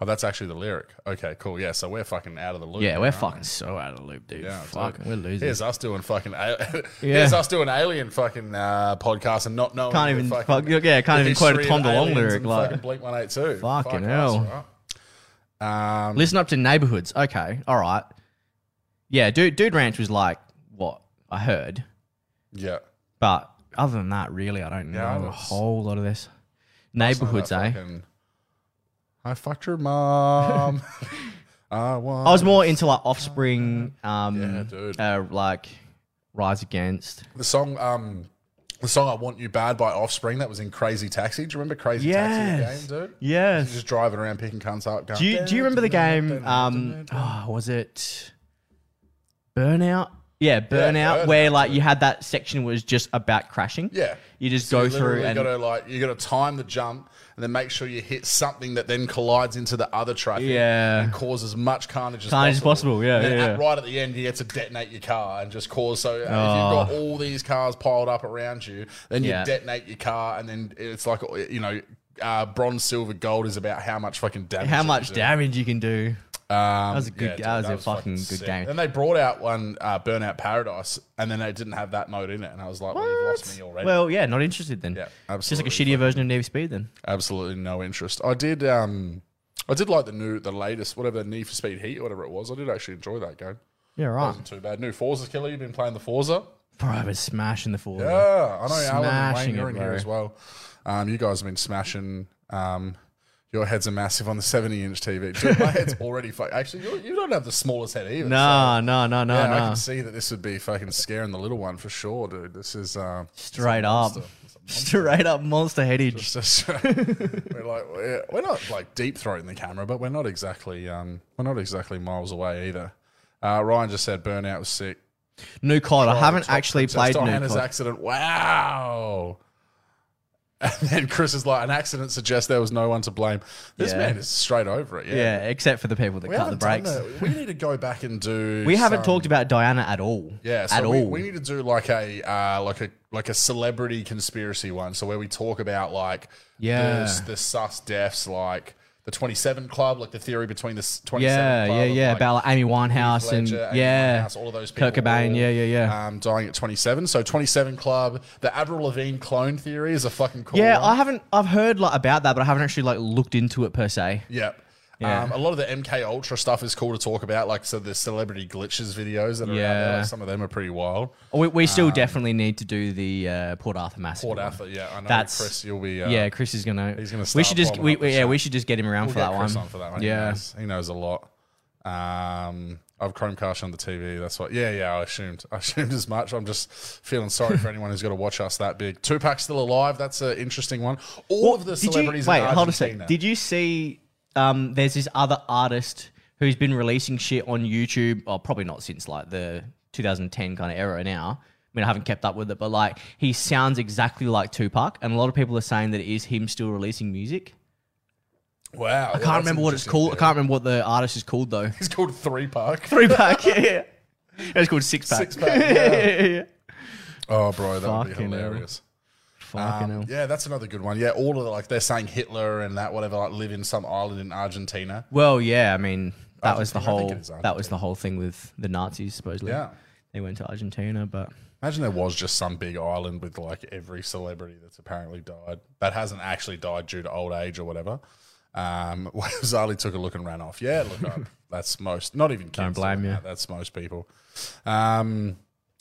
Speaker 2: Oh, that's actually the lyric. Okay, cool. Yeah, so we're fucking out of the loop.
Speaker 1: Yeah,
Speaker 2: here,
Speaker 1: we're
Speaker 2: aren't we?
Speaker 1: fucking so out of the loop, dude.
Speaker 2: Yeah,
Speaker 1: Fuck,
Speaker 2: dude.
Speaker 1: we're losing.
Speaker 2: Here's us doing fucking. al-
Speaker 1: Yeah.
Speaker 2: Here's us doing alien fucking uh, podcast and not knowing.
Speaker 1: Can't
Speaker 2: the
Speaker 1: even fuck- yeah, can't
Speaker 2: the
Speaker 1: even quote a
Speaker 2: history
Speaker 1: Tom
Speaker 2: of
Speaker 1: DeLonge
Speaker 2: aliens
Speaker 1: lyric,
Speaker 2: and
Speaker 1: like-
Speaker 2: fucking Blink One Eight Two.
Speaker 1: Fucking hell.
Speaker 2: Um,
Speaker 1: Listen up to neighborhoods. Okay, all right. Yeah, dude, dude ranch was like what I heard,
Speaker 2: yeah.
Speaker 1: but other than that, really, I don't
Speaker 2: Yeah, I
Speaker 1: know a
Speaker 2: was-
Speaker 1: whole lot of this. Neighborhoods, eh?
Speaker 2: Fucking, I fucked your mom. I want.
Speaker 1: I was more into like Offspring, um,
Speaker 2: Yeah, dude.
Speaker 1: Uh, like Rise Against.
Speaker 2: the song. Um, the song "I Want You Bad" by Offspring that was in Crazy Taxi. Do you remember Crazy
Speaker 1: Yes.
Speaker 2: Taxi? The game, dude.
Speaker 1: Yes.
Speaker 2: Just driving around picking cunts up. Going,
Speaker 1: Do you do you remember the game? Um, oh, was it Burnout? Yeah, Burnout,
Speaker 2: Burnout,
Speaker 1: where like you had that section was just about crashing.
Speaker 2: Yeah.
Speaker 1: you just
Speaker 2: So
Speaker 1: go
Speaker 2: you
Speaker 1: through
Speaker 2: literally
Speaker 1: and
Speaker 2: gotta like you gotta time the jump and then make sure you hit something that then collides into the other traffic
Speaker 1: Yeah.
Speaker 2: and cause as much carnage as
Speaker 1: Carnage as
Speaker 2: possible.
Speaker 1: possible, yeah,
Speaker 2: And then
Speaker 1: yeah,
Speaker 2: at-
Speaker 1: yeah.
Speaker 2: right at the end you get to detonate your car and just cause so uh, if you've got all these cars piled up around you, then you
Speaker 1: Oh. Yeah.
Speaker 2: detonate your car and then it's like you know uh, bronze, silver, gold is about how much fucking damage.
Speaker 1: how
Speaker 2: you
Speaker 1: much
Speaker 2: do.
Speaker 1: damage you can do.
Speaker 2: Um,
Speaker 1: was a good-
Speaker 2: dude,
Speaker 1: that was a fucking good
Speaker 2: sick.
Speaker 1: game.
Speaker 2: Then they brought out one uh, Burnout Paradise, and then they didn't have that mode in it, and I was like, "Well, you've lost me already."
Speaker 1: Well, yeah, not interested then.
Speaker 2: Yeah,
Speaker 1: It's just like a
Speaker 2: absolutely.
Speaker 1: shittier version of Navy Speed then.
Speaker 2: absolutely no interest. I did um I did like the new the latest whatever Need for Speed Heat or whatever it was. I did actually enjoy that game.
Speaker 1: Yeah, right.
Speaker 2: Wasn't too bad. New Forza killer. You've been playing the Forza.
Speaker 1: Bro, I was smashing the four.
Speaker 2: Yeah, I know Alan and
Speaker 1: Smashing
Speaker 2: Wayne are
Speaker 1: it,
Speaker 2: in here
Speaker 1: bro.
Speaker 2: as well. Um, you guys have been smashing. Um, your heads are massive on the seventy-inch TV. Dude, my head's already fu- actually. You, you don't have the smallest head either.
Speaker 1: No, no, no, no,
Speaker 2: so, yeah, I
Speaker 1: no.
Speaker 2: can see that this would be fucking scaring the little one for sure, dude. This is. Uh,
Speaker 1: Straight up, straight up monster headage.
Speaker 2: It's just- we're like we're, we're not like deep throating the camera, but we're not exactly um we're not exactly miles away either. Uh, Ryan just said burnout was sick.
Speaker 1: New COD. I haven't actually played
Speaker 2: Just
Speaker 1: New
Speaker 2: Diana's
Speaker 1: COD.
Speaker 2: accident. Wow. And then Chris is like, an accident suggests there was no one to blame. This
Speaker 1: Yeah.
Speaker 2: man is straight over it. Yeah.
Speaker 1: Yeah, except for the people that
Speaker 2: We
Speaker 1: cut the
Speaker 2: haven't done
Speaker 1: brakes.
Speaker 2: that. We need to go back and do.
Speaker 1: We haven't
Speaker 2: some-
Speaker 1: talked about Diana at all.
Speaker 2: Yeah, so
Speaker 1: at
Speaker 2: we,
Speaker 1: all.
Speaker 2: we need to do like a uh, like a like a celebrity conspiracy one. So where we talk about like
Speaker 1: Yeah.
Speaker 2: the, the sus deaths, like the 27 Club, like the theory between the s- 27
Speaker 1: Yeah,
Speaker 2: Club
Speaker 1: yeah,
Speaker 2: and,
Speaker 1: yeah.
Speaker 2: like,
Speaker 1: About like Amy Winehouse
Speaker 2: Heath
Speaker 1: and
Speaker 2: Ledger, Amy
Speaker 1: yeah,
Speaker 2: Winehouse, all of those people.
Speaker 1: Kurt Cobain.
Speaker 2: all,
Speaker 1: yeah, yeah, yeah.
Speaker 2: Um, dying at 27. So 27 Club, the Avril Lavigne clone theory is a fucking cool
Speaker 1: yeah,
Speaker 2: one.
Speaker 1: I haven't. I've heard like about that, but I haven't actually like looked into it per se.
Speaker 2: Yeah.
Speaker 1: Yeah.
Speaker 2: Um, a lot of the MK Ultra stuff is cool to talk about, like so the celebrity glitches videos that are out there.
Speaker 1: Yeah.
Speaker 2: Like, some of them are pretty wild.
Speaker 1: We, we still definitely need to do the uh, Port Arthur massacre.
Speaker 2: Um, Port
Speaker 1: one.
Speaker 2: Arthur, yeah, I know.
Speaker 1: That's-
Speaker 2: Chris, you'll be. Uh,
Speaker 1: Yeah, Chris is gonna.
Speaker 2: He's gonna
Speaker 1: We
Speaker 2: start
Speaker 1: should just.
Speaker 2: bombing
Speaker 1: We,
Speaker 2: up the
Speaker 1: yeah,
Speaker 2: show.
Speaker 1: we should just get him around
Speaker 2: we'll
Speaker 1: for,
Speaker 2: get
Speaker 1: that
Speaker 2: Chris
Speaker 1: one.
Speaker 2: on for that one. He
Speaker 1: Yeah.
Speaker 2: knows, he knows a lot. Um, I've Chromecast on the TV. That's what. Yeah, yeah. I assumed. I assumed as much. I'm just feeling sorry for anyone who's got to watch us that big. Tupac's still alive. That's an interesting one. All of the celebrities.
Speaker 1: Did you, wait,
Speaker 2: in
Speaker 1: hold on a
Speaker 2: Argentina.
Speaker 1: sec. Did you see? Um, there's this other artist who's been releasing shit on YouTube. Oh, probably not since like the 2010 kind of era. Now, I mean, I haven't kept up with it, but like he sounds exactly like Tupac, and a lot of people are saying that it is him still releasing music.
Speaker 2: Wow. well,
Speaker 1: I
Speaker 2: Oh, that's
Speaker 1: can't remember what it's
Speaker 2: interesting.
Speaker 1: called. I can't remember what the artist is called though.
Speaker 2: It's called Three Park.
Speaker 1: Three pack. Yeah, it's called six pack.
Speaker 2: Six pack. Yeah.
Speaker 1: yeah, yeah.
Speaker 2: Oh, bro, that would be
Speaker 1: Fucking hell.
Speaker 2: hilarious.
Speaker 1: Fucking
Speaker 2: Um,
Speaker 1: hell.
Speaker 2: yeah, that's another good one. Yeah, all of the, like they're saying Hitler and that whatever like live in some island in Argentina.
Speaker 1: Well, yeah. I mean, that was the
Speaker 2: Argentina, I think
Speaker 1: whole.
Speaker 2: it is
Speaker 1: That was the whole thing with the Nazis. Supposedly,
Speaker 2: Yeah.
Speaker 1: they went to Argentina, but.
Speaker 2: Imagine there was just some big island with like every celebrity that's apparently died that hasn't actually died due to old age or whatever. Um, Zali took a look and ran off. Yeah, look up. That's most, not even kids.
Speaker 1: Don't blame you.
Speaker 2: doing that. That's most people. Um,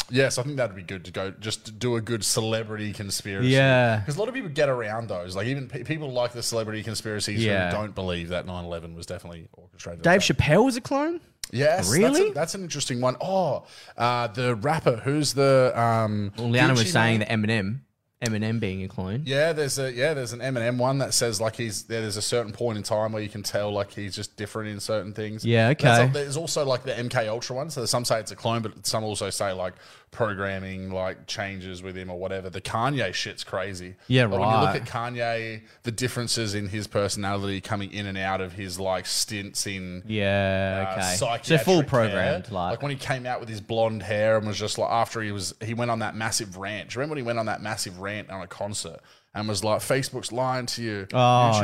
Speaker 2: yes, I think that'd be good to go. Just to do a good celebrity conspiracy.
Speaker 1: Yeah.
Speaker 2: Because a lot of people get around those. Like even pe- people like the celebrity conspiracies
Speaker 1: Yeah.
Speaker 2: who don't believe that 9-11 was definitely orchestrated.
Speaker 1: Dave Chappelle was a clone?
Speaker 2: Yes, That's,
Speaker 1: Really?
Speaker 2: a- that's an interesting one. Oh, uh, the rapper. Who's the um?
Speaker 1: Well, Liana
Speaker 2: Gucci
Speaker 1: was saying
Speaker 2: man?
Speaker 1: that Eminem, Eminem being a clone.
Speaker 2: Yeah, there's a yeah, there's an Eminem one that says like he's there, there's a certain point in time where you can tell like he's just different in certain things.
Speaker 1: Yeah,
Speaker 2: And there's-
Speaker 1: okay.
Speaker 2: There's also like the MK Ultra one. So some say it's a clone, but some also say like programming like changes with him or whatever. The Kanye shit's crazy.
Speaker 1: Yeah,
Speaker 2: Like, When you look
Speaker 1: right.
Speaker 2: at Kanye, the differences in his personality coming in and out of his like stints in
Speaker 1: Yeah,
Speaker 2: uh,
Speaker 1: okay. so
Speaker 2: psychiatric
Speaker 1: full
Speaker 2: care.
Speaker 1: programmed,
Speaker 2: like
Speaker 1: like,
Speaker 2: when he came out with his blonde hair and was just like after he was he went on that massive rant. Remember when he went on that massive rant on a concert and was like, "Facebook's lying to you." Oh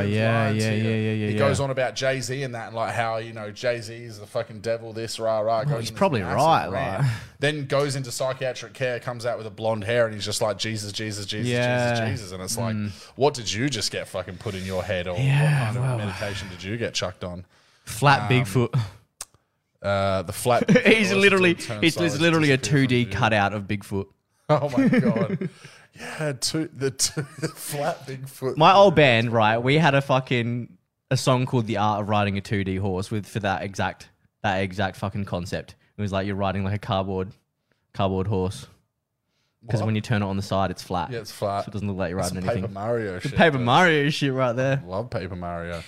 Speaker 1: yeah, yeah, yeah, yeah, yeah,
Speaker 2: He
Speaker 1: yeah.
Speaker 2: goes on about Jay Z and that, and like how you know Jay Z is the fucking devil. This rah rah. goes
Speaker 1: he's
Speaker 2: on this
Speaker 1: probably
Speaker 2: massive
Speaker 1: right,
Speaker 2: rant.
Speaker 1: like-
Speaker 2: Then goes into psychiatric care, comes out with a blonde hair, and he's just like Jesus, Jesus, Jesus,
Speaker 1: Yeah. Mm.
Speaker 2: Jesus, Jesus, and it's like, what did you just get fucking put in your head, or
Speaker 1: Yeah,
Speaker 2: what kind
Speaker 1: well.
Speaker 2: of medication did you get chucked on?
Speaker 1: flat
Speaker 2: um,
Speaker 1: Bigfoot.
Speaker 2: Uh, the flat.
Speaker 1: he's
Speaker 2: Oh,
Speaker 1: literally,
Speaker 2: it's a
Speaker 1: he's
Speaker 2: turnstile,
Speaker 1: it's
Speaker 2: it's
Speaker 1: literally a two
Speaker 2: disappeared from
Speaker 1: D
Speaker 2: view.
Speaker 1: cutout of Bigfoot.
Speaker 2: Oh my god. Yeah, two, the, two, the flat Bigfoot.
Speaker 1: My old band, right? We had a fucking a song called "The Art of Riding a Two D Horse" with for that exact that exact fucking concept. It was like you're riding like a cardboard cardboard horse because
Speaker 2: What?
Speaker 1: when you turn it on the side, it's flat.
Speaker 2: yeah, it's flat.
Speaker 1: so it doesn't look like you're
Speaker 2: That's
Speaker 1: riding
Speaker 2: some
Speaker 1: anything.
Speaker 2: Paper Mario shit.
Speaker 1: Paper Mario shit right there.
Speaker 2: Love Paper Mario.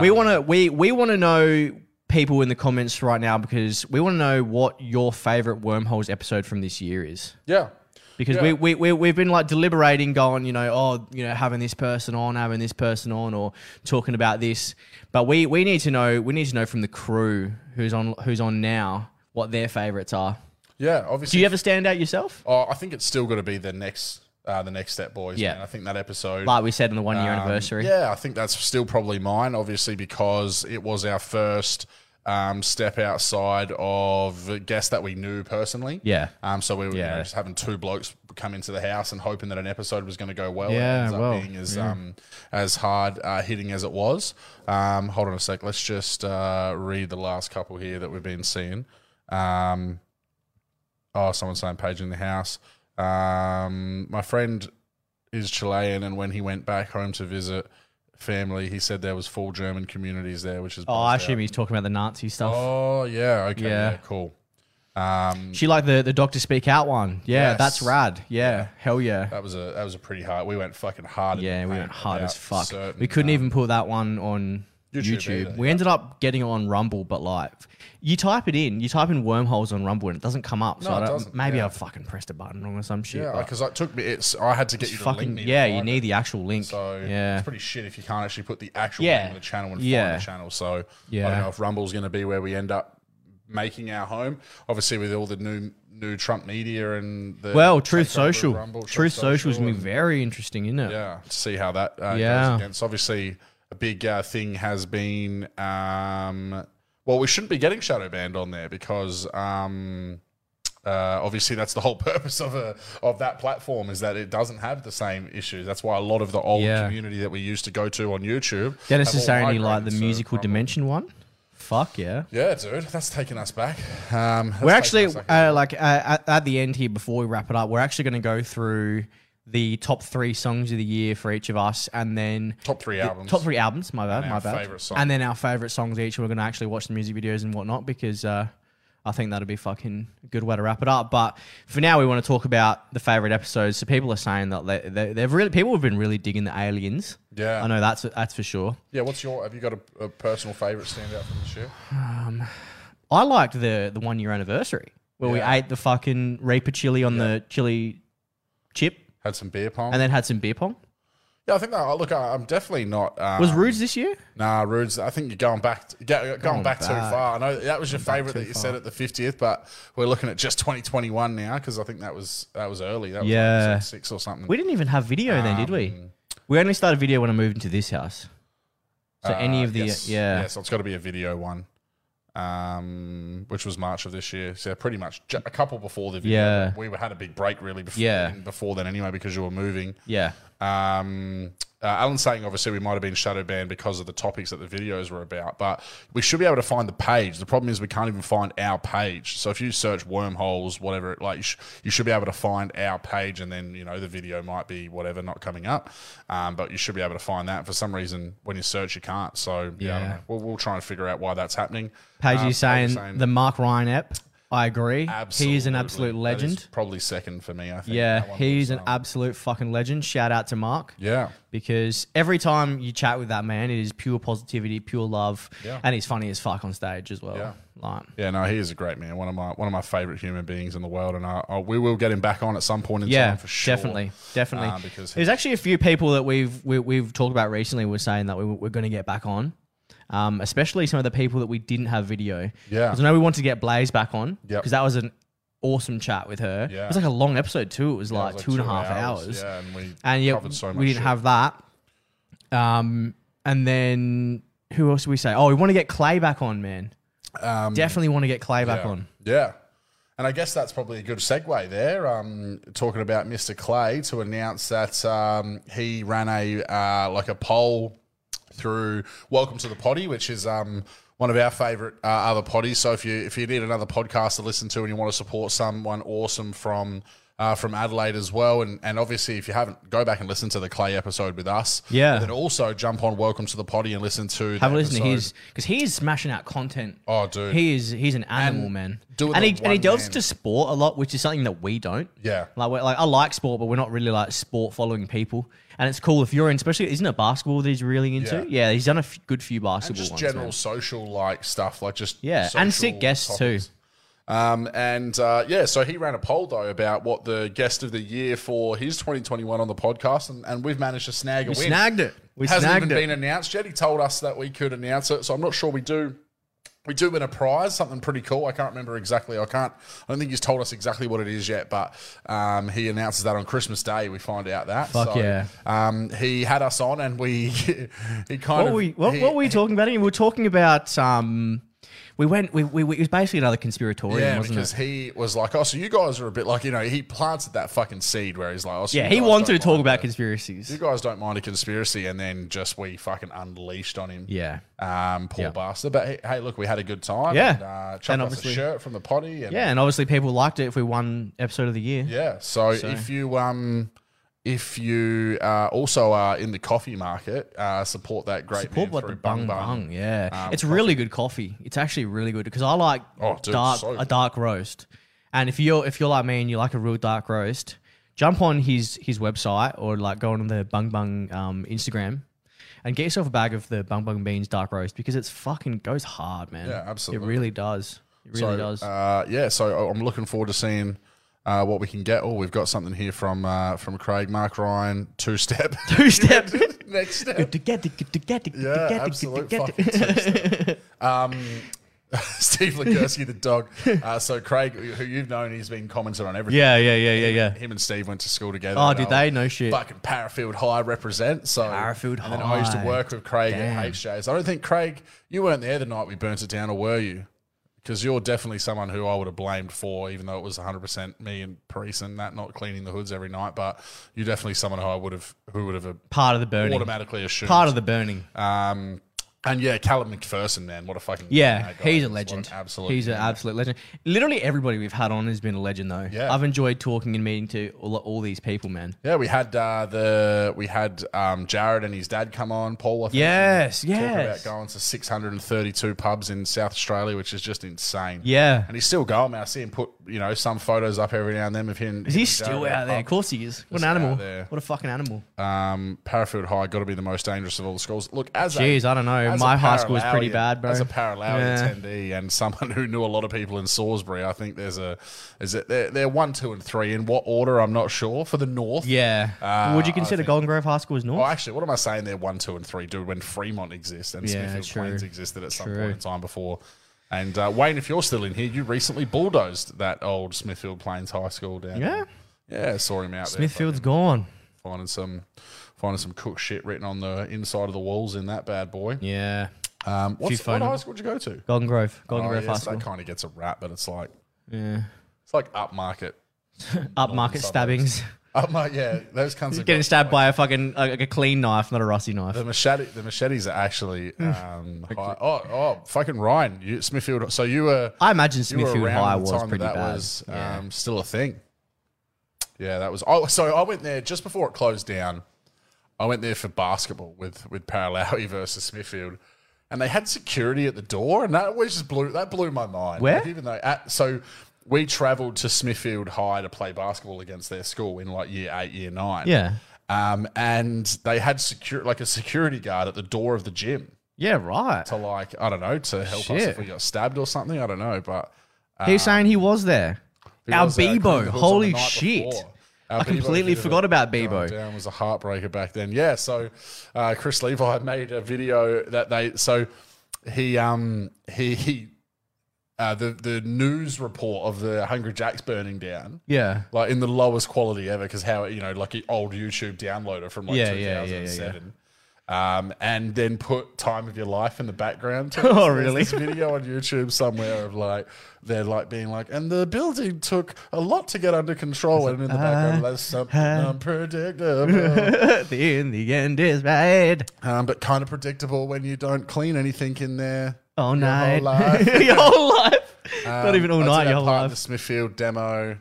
Speaker 1: we want to we we want to know people in the comments right now because we want to know what your favorite wormholes episode from this year is
Speaker 2: Yeah.
Speaker 1: because
Speaker 2: Yeah.
Speaker 1: we, we, we we've been like deliberating going you know oh you know having this person on having this person on or talking about this but we we need to know we need to know from the crew who's on who's on now what their favorites are
Speaker 2: Yeah, obviously.
Speaker 1: do you ever stand out yourself
Speaker 2: oh, I think it's still got to be the next uh, the next step, boys.
Speaker 1: Yeah.
Speaker 2: man. I think that episode.
Speaker 1: like we said in the one year
Speaker 2: um,
Speaker 1: anniversary
Speaker 2: yeah, I think that's still probably mine, obviously, because it was our first um, step outside of guests that we knew personally.
Speaker 1: yeah
Speaker 2: Um, so we were you know,
Speaker 1: Yeah.
Speaker 2: just having two blokes come into the house and hoping that an episode was going to go well. It
Speaker 1: Yeah,
Speaker 2: ends up
Speaker 1: well,
Speaker 2: being as um, as hard uh, hitting as it was. Um, hold on a sec. Let's just uh, read the last couple here that we've been seeing. Um, oh, someone's saying page in the house. Um, my friend is Chilean, and when he went back home to visit family, he said there was full German communities there, which is
Speaker 1: oh i
Speaker 2: buzzed out.
Speaker 1: assume he's talking about the nazi stuff
Speaker 2: Oh yeah, okay,
Speaker 1: Yeah.
Speaker 2: yeah cool. Um,
Speaker 1: She liked the the Doctor Speak Out one. Yeah,
Speaker 2: Yes.
Speaker 1: that's rad. Yeah, hell yeah.
Speaker 2: That was a that was a pretty hard. We went fucking hard. in
Speaker 1: Yeah,
Speaker 2: the
Speaker 1: we
Speaker 2: paint
Speaker 1: went hard as
Speaker 2: about
Speaker 1: fuck.
Speaker 2: certain,
Speaker 1: we couldn't
Speaker 2: uh,
Speaker 1: even put that one on
Speaker 2: YouTube
Speaker 1: YouTube.
Speaker 2: either,
Speaker 1: we ended up getting it on Rumble, but like, you type it in, you type in wormholes on Rumble, and it doesn't come up. So
Speaker 2: No,
Speaker 1: I
Speaker 2: it
Speaker 1: don't,
Speaker 2: doesn't,
Speaker 1: maybe
Speaker 2: yeah.
Speaker 1: I fucking pressed a button wrong or some shit.
Speaker 2: Yeah,
Speaker 1: but
Speaker 2: because it took me. It's I had to get you to
Speaker 1: fucking
Speaker 2: link me. to
Speaker 1: yeah,
Speaker 2: find
Speaker 1: you
Speaker 2: it.
Speaker 1: need the actual link.
Speaker 2: So
Speaker 1: yeah,
Speaker 2: it's pretty shit if you can't actually put the actual
Speaker 1: Yeah.
Speaker 2: name of the channel and
Speaker 1: Yeah.
Speaker 2: find the channel. So I
Speaker 1: Yeah.
Speaker 2: don't know if Rumble's going to be where we end up making our home. Obviously, with all the new new Trump media and the
Speaker 1: well, Truth
Speaker 2: takeover of
Speaker 1: Social,
Speaker 2: Rumble,
Speaker 1: Truth Social's gonna
Speaker 2: and-
Speaker 1: be very interesting, isn't it?
Speaker 2: yeah, to see how that uh,
Speaker 1: Yeah.
Speaker 2: goes against. Obviously, a big uh, thing has been. Um, well, we shouldn't be getting shadow banned on there because. Um, uh, obviously, that's the whole purpose of a of that platform is that it doesn't have the same issues. That's why a lot of the old
Speaker 1: Yeah.
Speaker 2: community that we used to go to on YouTube.
Speaker 1: Don't
Speaker 2: have all
Speaker 1: necessarily like the
Speaker 2: migrated to
Speaker 1: musical
Speaker 2: Rumble.
Speaker 1: dimension one. Fuck yeah.
Speaker 2: Yeah, dude, that's taking us back. Um, that's
Speaker 1: We're
Speaker 2: taken
Speaker 1: actually
Speaker 2: us back.
Speaker 1: uh, like uh, at, at the end here before we wrap it up. We're actually going to go through the top three songs of the year for each of us, and then
Speaker 2: top three albums.
Speaker 1: top three albums. My bad,
Speaker 2: And
Speaker 1: my
Speaker 2: our
Speaker 1: bad.
Speaker 2: favourite songs.
Speaker 1: And then our favorite songs each. We're going to actually watch the music videos and whatnot because uh, I think that'll be fucking a good way to wrap it up. But for now, we want to talk about the favorite episodes. So people are saying that they, they, they've really people have been really digging the aliens.
Speaker 2: Yeah.
Speaker 1: I know that's that's for sure.
Speaker 2: Yeah, what's your? Have you got a, a personal favorite standout from this year?
Speaker 1: I liked the the one year anniversary where
Speaker 2: Yeah.
Speaker 1: we ate the fucking Reaper chili on the chili chip
Speaker 2: Had some beer pong.
Speaker 1: and then had some beer pong.
Speaker 2: yeah, I think that. oh, Look, I, I'm definitely not. Um,
Speaker 1: Was Rude's this year?
Speaker 2: Nah, Rudes. I think you're going back. t- Go, going, back, too
Speaker 1: back.
Speaker 2: far. I know that was your favorite that
Speaker 1: too
Speaker 2: you
Speaker 1: far.
Speaker 2: said at the 50th, but we're looking at just 2021 now because I think that was that was early. That was
Speaker 1: Yeah.
Speaker 2: like episode six or something.
Speaker 1: We didn't even have video then, did we?
Speaker 2: um,
Speaker 1: We only started video when I moved into this house. So any
Speaker 2: Uh,
Speaker 1: of the
Speaker 2: yes,
Speaker 1: yeah.
Speaker 2: yeah. So it's got to be a video one, um, which was March of this year. So pretty much ju- a couple before the video.
Speaker 1: Yeah.
Speaker 2: we had a big break really before
Speaker 1: Yeah.
Speaker 2: before then anyway because you were moving.
Speaker 1: Yeah.
Speaker 2: Um, uh, Alan's saying obviously we might have been shadow banned because of the topics that the videos were about, but we should be able to find the page. The problem is we can't even find our page. So if you search wormholes, whatever, like you, sh- you should be able to find our page, and then you know the video might be whatever not coming up, um, but you should be able to find that. For some reason, when you search, you can't. So yeah, I don't
Speaker 1: Yeah.
Speaker 2: know. We'll, we'll try and figure out why that's happening.
Speaker 1: Paige
Speaker 2: Um,
Speaker 1: is saying,
Speaker 2: Paige saying-
Speaker 1: the Mark Ryan app. I agree. He is an absolute
Speaker 2: Absolutely. That is
Speaker 1: legend.
Speaker 2: probably second for me. I think.
Speaker 1: yeah,
Speaker 2: That one
Speaker 1: he's
Speaker 2: was,
Speaker 1: an
Speaker 2: um,
Speaker 1: absolute fucking legend. Shout out to Mark.
Speaker 2: yeah.
Speaker 1: because every time you chat with that man, it is pure positivity, pure love,
Speaker 2: Yeah.
Speaker 1: and he's funny as fuck on stage as well.
Speaker 2: Yeah.
Speaker 1: Like,
Speaker 2: Yeah, no, he is a great man. One of my one of my favorite human beings in the world, and I, I, we will get him back on at some point in
Speaker 1: yeah,
Speaker 2: time for sure.
Speaker 1: definitely, definitely.
Speaker 2: Um, because
Speaker 1: There's actually a few people that we've we, we've talked about recently. We're saying that we, we're going to get back on, um, especially some of the people that we didn't have video.
Speaker 2: Yeah.
Speaker 1: 'Cause I know we want to get Blaze back on because
Speaker 2: Yep.
Speaker 1: that was an awesome chat with her.
Speaker 2: Yeah.
Speaker 1: It was like a long episode too. It was,
Speaker 2: it
Speaker 1: like,
Speaker 2: was
Speaker 1: two and a half hours.
Speaker 2: Yeah, and we
Speaker 1: and yet
Speaker 2: covered so much.
Speaker 1: we didn't
Speaker 2: shit.
Speaker 1: have that. Um, and then who else did we say? Oh, we want to get Clay back on, man.
Speaker 2: Um,
Speaker 1: Definitely want to get Clay back
Speaker 2: yeah.
Speaker 1: on.
Speaker 2: Yeah, and I guess that's probably a good segue there. Um, talking about Mr. Clay to announce that um, he ran a uh, like a poll through Welcome to the Potty, which is um, one of our favourite uh, other potties. So if you if you need another podcast to listen to and you want to support someone awesome from uh, from Adelaide as well, and and obviously if you haven't, go back and listen to the Clay episode with us.
Speaker 1: Yeah.
Speaker 2: and then also jump on Welcome to the Potty and listen to
Speaker 1: Have a
Speaker 2: the
Speaker 1: listen to
Speaker 2: episode.
Speaker 1: his because he is smashing out content.
Speaker 2: Oh, dude.
Speaker 1: He is he's an animal,
Speaker 2: And
Speaker 1: man.
Speaker 2: doing
Speaker 1: and
Speaker 2: the
Speaker 1: he and he
Speaker 2: one
Speaker 1: delves
Speaker 2: man.
Speaker 1: into sport a lot, which is something that we don't.
Speaker 2: yeah.
Speaker 1: Like, we're, like I like sport, but we're not really like sport following people. And it's cool if you're in, especially isn't it basketball that he's really into? Yeah,
Speaker 2: Yeah.
Speaker 1: he's done a f- good few basketball
Speaker 2: just
Speaker 1: ones.
Speaker 2: general
Speaker 1: man.
Speaker 2: social like stuff, like just
Speaker 1: yeah, and sick
Speaker 2: social
Speaker 1: guests
Speaker 2: topics.
Speaker 1: too.
Speaker 2: Um, and uh, yeah, so he ran a poll though about what the guest of the year for his 2021 on the podcast, and, and we've managed to snag a win.
Speaker 1: it. We
Speaker 2: Hasn't
Speaker 1: snagged
Speaker 2: even
Speaker 1: it.
Speaker 2: been announced yet. He told us that we could announce it, so I'm not sure we do. We do win a prize, something pretty cool. I can't remember exactly. I can't. I don't think he's told us exactly what it is yet, but um, he announces that on Christmas Day. We find out that.
Speaker 1: Fuck
Speaker 2: so,
Speaker 1: yeah.
Speaker 2: Um, he had us on, and we he kind
Speaker 1: What
Speaker 2: of
Speaker 1: were we, what,
Speaker 2: he-
Speaker 1: what were we talking about? again? We were talking about um, we went we, we, we it was basically another conspiratorium,
Speaker 2: Yeah,
Speaker 1: wasn't
Speaker 2: because
Speaker 1: it?
Speaker 2: he was like, "Oh, so you guys are a bit like you know." He planted that fucking seed where he's like, "Oh, so
Speaker 1: Yeah,
Speaker 2: you
Speaker 1: he
Speaker 2: guys
Speaker 1: wanted to
Speaker 2: don't
Speaker 1: talk
Speaker 2: mind
Speaker 1: about
Speaker 2: a-
Speaker 1: conspiracies.
Speaker 2: You guys don't mind a conspiracy, and then just we fucking unleashed on him.
Speaker 1: Yeah,
Speaker 2: um, poor
Speaker 1: Yeah.
Speaker 2: bastard. But hey, hey, look, we had a good time.
Speaker 1: Yeah.
Speaker 2: and, uh, chucked
Speaker 1: And
Speaker 2: us
Speaker 1: obviously-
Speaker 2: a shirt from the potty, and
Speaker 1: yeah, and obviously people liked it if we won episode of the year.
Speaker 2: yeah. So, if you um. If you uh, also are in the coffee market, uh, support that great
Speaker 1: Support
Speaker 2: man
Speaker 1: what
Speaker 2: through
Speaker 1: the bung bung, yeah.
Speaker 2: Um,
Speaker 1: it's really good coffee. It's actually really good because I like
Speaker 2: Oh, dude,
Speaker 1: dark
Speaker 2: so
Speaker 1: a
Speaker 2: good.
Speaker 1: dark roast. And if you're if you're like me and you like a real dark roast, jump on his his website or like go on the Bung Bung um, Instagram and get yourself a bag of the Bung Bung Beans dark roast because it's fucking goes hard, man.
Speaker 2: Yeah, absolutely.
Speaker 1: It really does. It really
Speaker 2: so,
Speaker 1: does.
Speaker 2: Uh, yeah, so I'm looking forward to seeing uh, what we can get. Oh, we've got something here from uh, from Craig, Mark Ryan, two step.
Speaker 1: Two step.
Speaker 2: Next step.
Speaker 1: To get it, to get it, to
Speaker 2: Yeah,
Speaker 1: get it, to
Speaker 2: absolute
Speaker 1: get it.
Speaker 2: fucking two step. Um, Steve Ligursky, the dog. Uh, so Craig, who you've known, he's been commenting on everything.
Speaker 1: Yeah, yeah, yeah, yeah, yeah.
Speaker 2: Him and Steve went to school together.
Speaker 1: Oh,
Speaker 2: and
Speaker 1: did
Speaker 2: were
Speaker 1: they? No shit.
Speaker 2: Fucking Parafield High represent. So
Speaker 1: Parafield
Speaker 2: and then I used to
Speaker 1: High.
Speaker 2: work with Craig
Speaker 1: Damn.
Speaker 2: at HJ's. I don't think Craig, you weren't there the night we burnt it down, or were you? Because you're definitely someone who I would have blamed for, even though it was 100% me and Priest and that not cleaning the hoods every night. But you're definitely someone who I would have, who would have
Speaker 1: Part of the burning.
Speaker 2: automatically assumed.
Speaker 1: Part of the burning.
Speaker 2: Um, and yeah, Callum McPherson, man, what a fucking
Speaker 1: Yeah,
Speaker 2: that guy
Speaker 1: he's
Speaker 2: is.
Speaker 1: a
Speaker 2: What
Speaker 1: legend.
Speaker 2: an absolute
Speaker 1: He's an absolute legend. Literally everybody we've had on has been a legend, though.
Speaker 2: Yeah.
Speaker 1: I've enjoyed talking and meeting to all, all these people, man.
Speaker 2: yeah. We had uh, the we had um, Jared and his dad come on. Paul, I think,
Speaker 1: Yes,
Speaker 2: talking
Speaker 1: yes.
Speaker 2: about going to 632 pubs in South Australia, which is just insane.
Speaker 1: Yeah.
Speaker 2: and he's still going. Man, I see him put you know some photos up every now and then of him.
Speaker 1: Is he still out there? Of course he is. What an animal.
Speaker 2: out there.
Speaker 1: What a fucking animal.
Speaker 2: Um, Parafield High got to be the most dangerous of all the schools. Look, as
Speaker 1: Jeez,
Speaker 2: a,
Speaker 1: I don't know.
Speaker 2: as
Speaker 1: My
Speaker 2: a
Speaker 1: high school was pretty
Speaker 2: Parallelan-
Speaker 1: bad, bro.
Speaker 2: As a parallel
Speaker 1: Yeah.
Speaker 2: attendee and someone who knew a lot of people in Salisbury, I think there's a is it they're, they're one, two, and three. In what order? I'm not sure. For the North,
Speaker 1: Yeah.
Speaker 2: Uh,
Speaker 1: Would you
Speaker 2: I
Speaker 1: consider
Speaker 2: think-
Speaker 1: Golden Grove High School as
Speaker 2: Oh,
Speaker 1: north?
Speaker 2: actually, what am I saying? They're one, two, and three, dude. When Fremont exists and
Speaker 1: Yeah,
Speaker 2: Smithfield
Speaker 1: true.
Speaker 2: Plains existed at some
Speaker 1: True.
Speaker 2: point in time before. And uh, Wayne, if you're still in here, you recently bulldozed that old Smithfield Plains High School down.
Speaker 1: Yeah.
Speaker 2: yeah, saw him out there.
Speaker 1: Smithfield's gone.
Speaker 2: finding some finding some cook shit written on the inside of the walls in that bad boy.
Speaker 1: Yeah.
Speaker 2: Um, what's,
Speaker 1: phone
Speaker 2: what high
Speaker 1: numbers.
Speaker 2: school did you go to?
Speaker 1: Golden Grove. Golden
Speaker 2: Oh,
Speaker 1: Grove High
Speaker 2: yes,
Speaker 1: School.
Speaker 2: that kind of gets a rap, but it's like
Speaker 1: Yeah.
Speaker 2: it's like upmarket.
Speaker 1: Upmarket
Speaker 2: suburbs.
Speaker 1: stabbings.
Speaker 2: Upmarket, yeah, those kinds of
Speaker 1: Getting stabbed by a fucking like a clean knife, not a rusty knife.
Speaker 2: The machete, the machetes are actually um, high. Oh, oh, fucking Ryan, you, Smithfield. So you were
Speaker 1: I imagine
Speaker 2: you were
Speaker 1: Smithfield
Speaker 2: around
Speaker 1: High
Speaker 2: at the
Speaker 1: was
Speaker 2: time
Speaker 1: pretty
Speaker 2: that, that
Speaker 1: bad.
Speaker 2: was um,
Speaker 1: yeah.
Speaker 2: still a thing. Yeah, that was. Oh, so I went there just before it closed down. I went there for basketball with with Paralawi versus Smithfield, and they had security at the door, and that always just blew that blew my mind.
Speaker 1: Where?
Speaker 2: Like, even though at so. We travelled to Smithfield High to play basketball against their school in like year eight, year nine.
Speaker 1: yeah.
Speaker 2: Um, and they had secure like a security guard at the door of the gym
Speaker 1: Yeah, right.
Speaker 2: to like I don't know to help us
Speaker 1: Shit.
Speaker 2: if we got stabbed or something. I don't know, but
Speaker 1: He's saying he was there. Our
Speaker 2: Um, was, uh,
Speaker 1: Bebo.
Speaker 2: Cleveland Hawks on the
Speaker 1: Holy
Speaker 2: night
Speaker 1: shit.
Speaker 2: before. Our
Speaker 1: I
Speaker 2: Bebo
Speaker 1: completely
Speaker 2: hit it
Speaker 1: forgot about
Speaker 2: going
Speaker 1: Bebo.
Speaker 2: Down was a heartbreaker back then. Yeah, so uh, Chris Levi made a video that they so he um he he uh, the the news report of the Hungry Jacks burning down
Speaker 1: Yeah.
Speaker 2: like in the lowest quality ever because how you know like an old YouTube downloader from like
Speaker 1: Yeah, yeah, yeah, yeah, yeah.
Speaker 2: 2007. Um, and then put time of your life in the background. to it.
Speaker 1: Oh,
Speaker 2: So there's
Speaker 1: really?
Speaker 2: This video on YouTube somewhere of like they're like being like, and the building took a lot to get under control, and in the background there's something unpredictable,
Speaker 1: in the end is bad.
Speaker 2: um, but kind of predictable when you don't clean anything in there.
Speaker 1: All
Speaker 2: your whole
Speaker 1: night.
Speaker 2: life. Um,
Speaker 1: Your whole life. Not even all
Speaker 2: I did
Speaker 1: night,
Speaker 2: that
Speaker 1: your whole
Speaker 2: part in
Speaker 1: life.
Speaker 2: The Smithfield demo.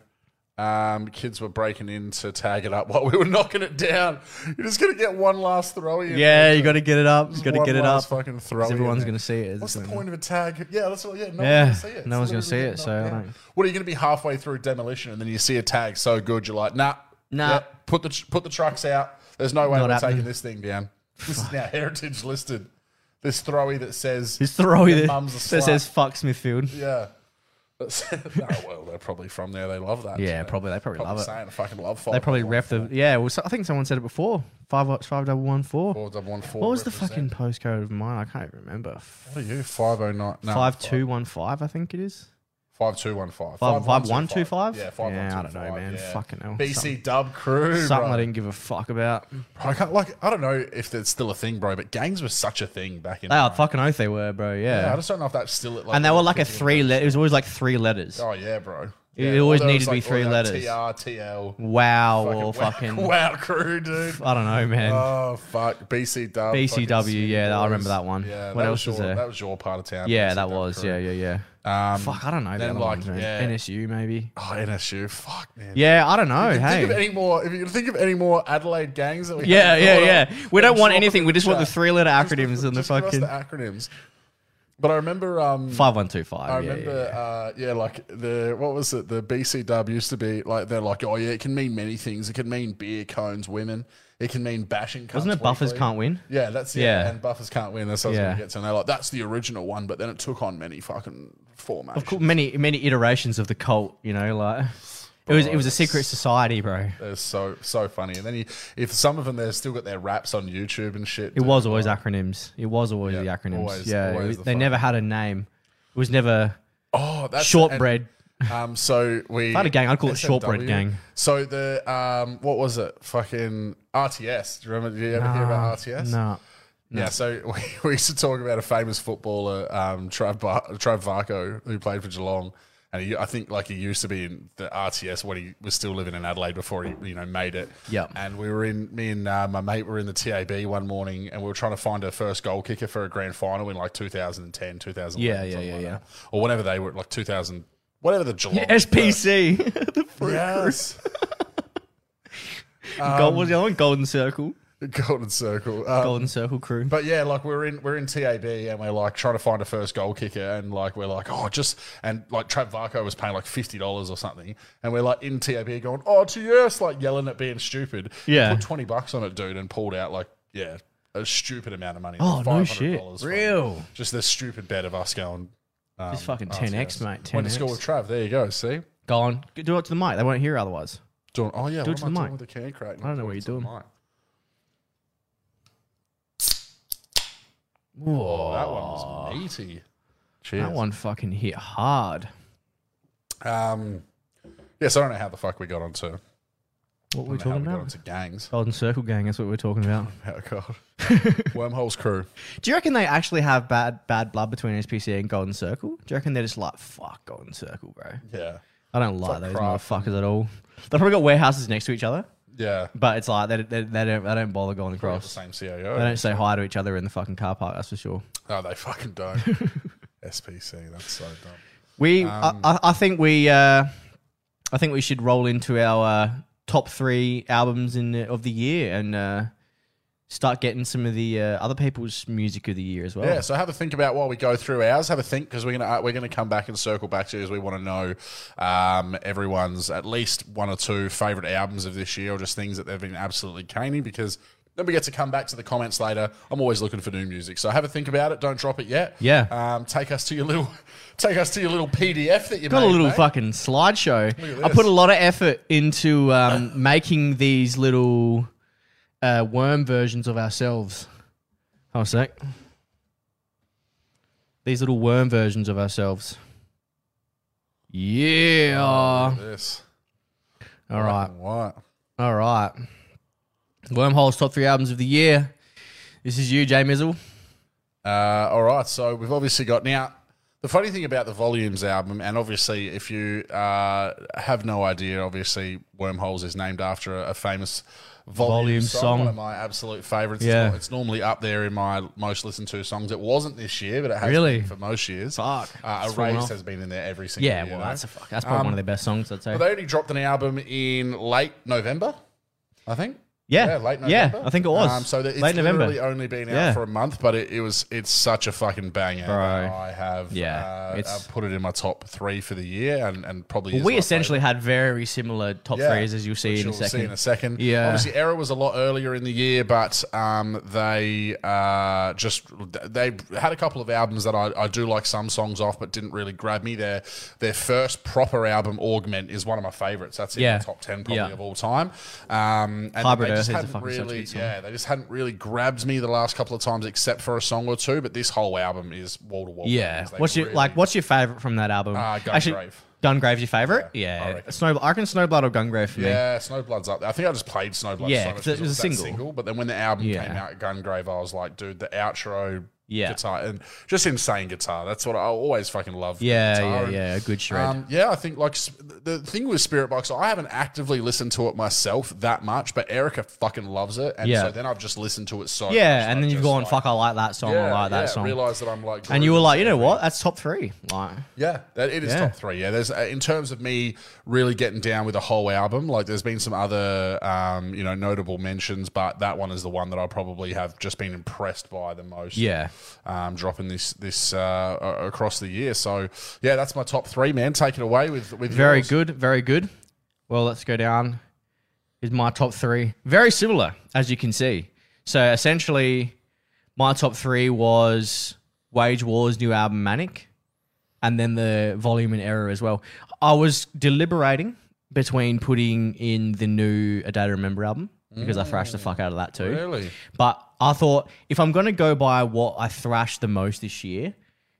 Speaker 2: Um, kids were breaking in to tag it up while we were knocking it down. You're just gonna get one last throw in.
Speaker 1: Yeah, you got to get it up. You got to
Speaker 2: One
Speaker 1: get it up.
Speaker 2: last Fucking throw. in
Speaker 1: Everyone's
Speaker 2: there.
Speaker 1: going to see it.
Speaker 2: What's the
Speaker 1: isn't it?
Speaker 2: point of a tag? Yeah, that's what. Yeah, no
Speaker 1: Yeah,
Speaker 2: one's gonna see it.
Speaker 1: no one's gonna
Speaker 2: It's
Speaker 1: see
Speaker 2: literally
Speaker 1: it, so I
Speaker 2: knocked down.
Speaker 1: don't-
Speaker 2: What are you gonna be halfway through demolition and then you see a tag so good you're like, nah,
Speaker 1: Nah.
Speaker 2: put the tr- put the trucks out. There's no way
Speaker 1: Not
Speaker 2: we're
Speaker 1: happening.
Speaker 2: taking this thing down. This is now heritage listed. This throwy that says
Speaker 1: Just throw
Speaker 2: Your
Speaker 1: it.
Speaker 2: mum's a
Speaker 1: That
Speaker 2: slut.
Speaker 1: says fuck Smithfield.
Speaker 2: Yeah. That's, no, well, they're probably from there. They love that.
Speaker 1: Yeah,
Speaker 2: so
Speaker 1: probably. They probably,
Speaker 2: Probably
Speaker 1: love it.
Speaker 2: saying a fucking love fight.
Speaker 1: They probably ref the. Yeah, well, so, I think someone said it before. Five five double one four.
Speaker 2: Four double one four.
Speaker 1: What was the fucking
Speaker 2: represent-
Speaker 1: postcode of mine? I can't remember. F-
Speaker 2: What are you? Five oh nine. No,
Speaker 1: Five two one five, I think it is.
Speaker 2: Five two one five.
Speaker 1: Five- five
Speaker 2: one
Speaker 1: one
Speaker 2: two
Speaker 1: two
Speaker 2: five.
Speaker 1: five?
Speaker 2: Yeah, five
Speaker 1: Yeah,
Speaker 2: one
Speaker 1: I don't
Speaker 2: two
Speaker 1: know,
Speaker 2: five,
Speaker 1: man.
Speaker 2: yeah.
Speaker 1: Fucking hell.
Speaker 2: BC dub crew.
Speaker 1: Something
Speaker 2: bro.
Speaker 1: I didn't give a fuck about.
Speaker 2: Bro, I can't like. I don't know if it's still a thing, bro. But gangs were such a thing back in.
Speaker 1: Oh,
Speaker 2: the day.
Speaker 1: fucking oath they were, bro. Yeah.
Speaker 2: Yeah, I just don't know if that's still. At, like,
Speaker 1: and they were like a
Speaker 2: thinking-
Speaker 1: three. Le- it was always like three letters.
Speaker 2: Oh yeah, bro.
Speaker 1: It-
Speaker 2: Yeah,
Speaker 1: it always
Speaker 2: although
Speaker 1: needed
Speaker 2: it's
Speaker 1: to be three
Speaker 2: all that
Speaker 1: letters.
Speaker 2: TR, TL.
Speaker 1: Wow, or
Speaker 2: Fucking
Speaker 1: fucking.
Speaker 2: wow, wow, crew, dude.
Speaker 1: I don't know, man.
Speaker 2: Oh fuck, BCW. fucking
Speaker 1: BCW, yeah, I remember that one.
Speaker 2: Yeah,
Speaker 1: What
Speaker 2: that
Speaker 1: else was
Speaker 2: your,
Speaker 1: there?
Speaker 2: That was your part of town.
Speaker 1: yeah,
Speaker 2: BCW
Speaker 1: that was.
Speaker 2: crew.
Speaker 1: Yeah, yeah, yeah.
Speaker 2: Um,
Speaker 1: Fuck, I don't know. The
Speaker 2: then,
Speaker 1: other
Speaker 2: like,
Speaker 1: ones, man.
Speaker 2: yeah.
Speaker 1: NSU maybe.
Speaker 2: Oh, NSU. Fuck man.
Speaker 1: Yeah, I don't know.
Speaker 2: Think of
Speaker 1: Hey.
Speaker 2: any more? If you can think of any more Adelaide gangs that we
Speaker 1: Yeah,
Speaker 2: haven't
Speaker 1: yeah,
Speaker 2: brought up,
Speaker 1: yeah. We
Speaker 2: then
Speaker 1: don't want
Speaker 2: drop them
Speaker 1: anything.
Speaker 2: in
Speaker 1: We just want the
Speaker 2: chat.
Speaker 1: three-letter
Speaker 2: Just-
Speaker 1: acronyms and the
Speaker 2: just give us
Speaker 1: fucking
Speaker 2: the acronyms. But I remember. Um,
Speaker 1: five one two five.
Speaker 2: I
Speaker 1: yeah,
Speaker 2: remember,
Speaker 1: yeah, yeah.
Speaker 2: Uh, yeah, like the what was it? The BC dub used to be like they're like, oh yeah, it can mean many things. It can mean beer cones, women. It can mean bashing.
Speaker 1: Wasn't
Speaker 2: cunts
Speaker 1: it buffers
Speaker 2: weekly.
Speaker 1: can't win?
Speaker 2: Yeah, that's yeah.
Speaker 1: Yeah.
Speaker 2: And buffers can't win. That's what I was
Speaker 1: Yeah.
Speaker 2: gonna get to. And they're like, that's the original one, but then it took on many fucking formats.
Speaker 1: Cool, Many many iterations of the cult. You know, like it was it was a secret society, bro.
Speaker 2: They're so so funny. And then you, if some of them, they've still got their raps on YouTube and shit.
Speaker 1: It was always acronyms. It was always
Speaker 2: Yeah,
Speaker 1: the acronyms.
Speaker 2: always-
Speaker 1: yeah,
Speaker 2: always
Speaker 1: it was-
Speaker 2: the
Speaker 1: they
Speaker 2: fuck.
Speaker 1: never had a name. It was never
Speaker 2: Oh, that's
Speaker 1: shortbread.
Speaker 2: and, um, so we
Speaker 1: I had a gang. I'd call it shortbread
Speaker 2: SMW.
Speaker 1: gang.
Speaker 2: So the um, what was it? Fucking RTS. Do you remember? Did you ever hear about RTS?
Speaker 1: Nah.
Speaker 2: Yeah, so we, we used to talk about a famous footballer, um, Trav, Bar- Trav Varco, who played for Geelong. And he, I think like he used to be in the RTS when he was still living in Adelaide before he you know made it.
Speaker 1: Yep.
Speaker 2: And we were in me and uh, my mate were in the TAB one morning and we were trying to find a first goal kicker for a grand final in like 2010, 2011,
Speaker 1: Yeah, yeah,
Speaker 2: something
Speaker 1: yeah,
Speaker 2: like
Speaker 1: yeah.
Speaker 2: that. or whenever they were like 2000, whatever the Geelong
Speaker 1: SPC. the
Speaker 2: Yes. um,
Speaker 1: gold, was the other one? Golden Circle.
Speaker 2: Golden Circle. Um,
Speaker 1: Golden Circle crew.
Speaker 2: But yeah, like we're in we're in TAB and we're like trying to find a first goal kicker and like we're like oh just and like Trav Varco was paying like fifty dollars or something and we're like in TAB going oh to yes like yelling at being stupid
Speaker 1: Yeah.
Speaker 2: put twenty bucks on it dude and pulled out like yeah a stupid amount of money
Speaker 1: Oh,
Speaker 2: like
Speaker 1: no shit.
Speaker 2: $500 from
Speaker 1: Real.
Speaker 2: just this stupid bet of us going um,
Speaker 1: It's fucking 10x,
Speaker 2: RTS.
Speaker 1: mate. 10x.
Speaker 2: went to school with Trav there you go see
Speaker 1: Go on. Do it to the mic. They won't hear otherwise.
Speaker 2: doing oh yeah
Speaker 1: Do it
Speaker 2: what
Speaker 1: to
Speaker 2: am
Speaker 1: the
Speaker 2: I doing
Speaker 1: mic.
Speaker 2: with the can crack
Speaker 1: I don't know what you're doing.
Speaker 2: oh
Speaker 1: Whoa.
Speaker 2: that one was meaty cheers
Speaker 1: That one fucking hit hard.
Speaker 2: Um, yes, I don't know how the fuck we got onto
Speaker 1: What were we
Speaker 2: how
Speaker 1: talking
Speaker 2: we got
Speaker 1: about?
Speaker 2: onto gangs.
Speaker 1: Golden Circle Gang. That's what we're talking about.
Speaker 2: Oh god, wormholes crew.
Speaker 1: Do you reckon they actually have bad bad blood between SPC and Golden Circle? Do you reckon they're just like fuck Golden Circle, bro?
Speaker 2: Yeah,
Speaker 1: I don't like those
Speaker 2: Kraft
Speaker 1: motherfuckers at all. They probably got warehouses next to each other,
Speaker 2: yeah.
Speaker 1: but it's like they, they, they don't they don't bother going
Speaker 2: We're the
Speaker 1: across.
Speaker 2: same
Speaker 1: They
Speaker 2: CIO.
Speaker 1: don't say hi to each other in the fucking car park. That's for sure.
Speaker 2: No, Oh, they fucking don't. SPC. That's so dumb.
Speaker 1: We I, I, I think we uh, I think we should roll into our uh, top three albums in the, of the year and uh, start getting some of the uh, other people's music of the year as well.
Speaker 2: Yeah, so have a think about while we go through ours. Have a think because we're gonna uh, we're gonna come back and circle back to you as we want to know um, everyone's at least one or two favorite albums of this year or just things that they've been absolutely caning because. Then we get to come back to the comments later. I'm always looking for new music, so have a think about it. Don't drop it yet.
Speaker 1: Yeah.
Speaker 2: Um, take us to your little, take us to your little PDF that you
Speaker 1: Got
Speaker 2: made,
Speaker 1: a little
Speaker 2: mate.
Speaker 1: fucking slideshow.
Speaker 2: at
Speaker 1: I put
Speaker 2: this.
Speaker 1: a lot of effort into um, making these little uh, worm versions of ourselves. Hold on a sec. These little worm versions of ourselves. Yeah.
Speaker 2: Oh, look at this.
Speaker 1: All uh, right.
Speaker 2: What?
Speaker 1: All right. Wormhole's top three albums of the year. This is you, Jay Mizzle.
Speaker 2: Uh, all right, so we've obviously got now. The funny thing about the Volumes album, and obviously, if you uh, have no idea, obviously, Wormholes is named after a, a famous Volume,
Speaker 1: Volume
Speaker 2: song,
Speaker 1: song.
Speaker 2: one of my absolute favorites.
Speaker 1: Yeah.
Speaker 2: It's, normally up there in my most listened to songs. It wasn't this year, but it has
Speaker 1: Really?
Speaker 2: been for most years.
Speaker 1: Fuck.
Speaker 2: uh,
Speaker 1: It's fallen
Speaker 2: Erased
Speaker 1: off.
Speaker 2: has been in there every single
Speaker 1: Yeah,
Speaker 2: year.
Speaker 1: well,
Speaker 2: though.
Speaker 1: that's a fuck. That's probably one of their best songs, I'd say.
Speaker 2: But Um, they only dropped an album in late November, I think.
Speaker 1: Yeah.
Speaker 2: Yeah, late November. Um,
Speaker 1: Yeah, I think it was.
Speaker 2: so that it's
Speaker 1: Late November.
Speaker 2: literally only been out
Speaker 1: Yeah.
Speaker 2: for a month, but it, it was it's such a fucking banger.
Speaker 1: Bro.
Speaker 2: I have
Speaker 1: Yeah,
Speaker 2: uh,
Speaker 1: it's-
Speaker 2: I've put it in my top three for the year, and and probably is
Speaker 1: we
Speaker 2: my
Speaker 1: essentially had very similar top
Speaker 2: Yeah.
Speaker 1: threes, as you'll see
Speaker 2: which
Speaker 1: in a
Speaker 2: you'll See in
Speaker 1: second.
Speaker 2: a second.
Speaker 1: Yeah.
Speaker 2: Obviously, Error was a lot earlier in the year, but um, they uh, just they had a couple of albums that I, I do like some songs off, but didn't really grab me. Their their first proper album, Augment, is one of my favorites. That's in
Speaker 1: Yeah.
Speaker 2: the top ten probably
Speaker 1: Yeah.
Speaker 2: of all time. Um, and
Speaker 1: Hybrid Earth
Speaker 2: they just
Speaker 1: is a
Speaker 2: hadn't
Speaker 1: fucking such a
Speaker 2: really,
Speaker 1: good song.
Speaker 2: yeah, they just hadn't really grabbed me the last couple of times, except for a song or two. But this whole album is wall to wall.
Speaker 1: Yeah. What's your
Speaker 2: really,
Speaker 1: like? What's your favorite from that album?
Speaker 2: Uh, Gungrave.
Speaker 1: Gungrave's your favorite.
Speaker 2: I
Speaker 1: Yeah,
Speaker 2: reckon.
Speaker 1: Snow. I reckon Snowblood or Gungrave for me.
Speaker 2: Yeah, Snowblood's up there. I think I just played Snowblood
Speaker 1: Yeah,
Speaker 2: so much
Speaker 1: 'cause
Speaker 2: 'cause
Speaker 1: it was a
Speaker 2: that
Speaker 1: single.
Speaker 2: But then when the album
Speaker 1: Yeah.
Speaker 2: came out, Gungrave, I was like, dude, the outro
Speaker 1: Yeah.
Speaker 2: guitar and just insane guitar. That's what I always fucking love.
Speaker 1: Yeah,
Speaker 2: guitar.
Speaker 1: yeah, yeah. Good shred.
Speaker 2: Um, yeah, I think like sp- the thing with Spirit Box, I haven't actively listened to it myself that much, but Erica fucking loves it, and
Speaker 1: Yeah.
Speaker 2: so then I've just listened to it so much,
Speaker 1: yeah, and
Speaker 2: I've
Speaker 1: then you've
Speaker 2: just,
Speaker 1: gone,
Speaker 2: like,
Speaker 1: fuck, I like that song. I like that song.
Speaker 2: Realize that I'm like,
Speaker 1: and you
Speaker 2: glued
Speaker 1: were
Speaker 2: to
Speaker 1: like, you know
Speaker 2: something.
Speaker 1: what? That's top three. Like,
Speaker 2: Yeah, that, it is
Speaker 1: Yeah.
Speaker 2: top three. Yeah, there's uh, in terms of me really getting down with a whole album. Like, there's been some other, um, you know, notable mentions, but that one is the one that I probably have just been impressed by the most.
Speaker 1: yeah.
Speaker 2: um, dropping this this uh, a- across the year. So yeah, that's my top three, man. Take it away with with
Speaker 1: Very
Speaker 2: yours.
Speaker 1: good, very good. Well, let's go down. Is my top three very similar, as you can see. So essentially, my top three was Wage War's new album Manic, and then the Volume and Error as well. I was deliberating between putting in the new A Day to Remember album because I thrashed the fuck out of that too.
Speaker 2: Really,
Speaker 1: But I thought if I'm going to go by what I thrashed the most this year,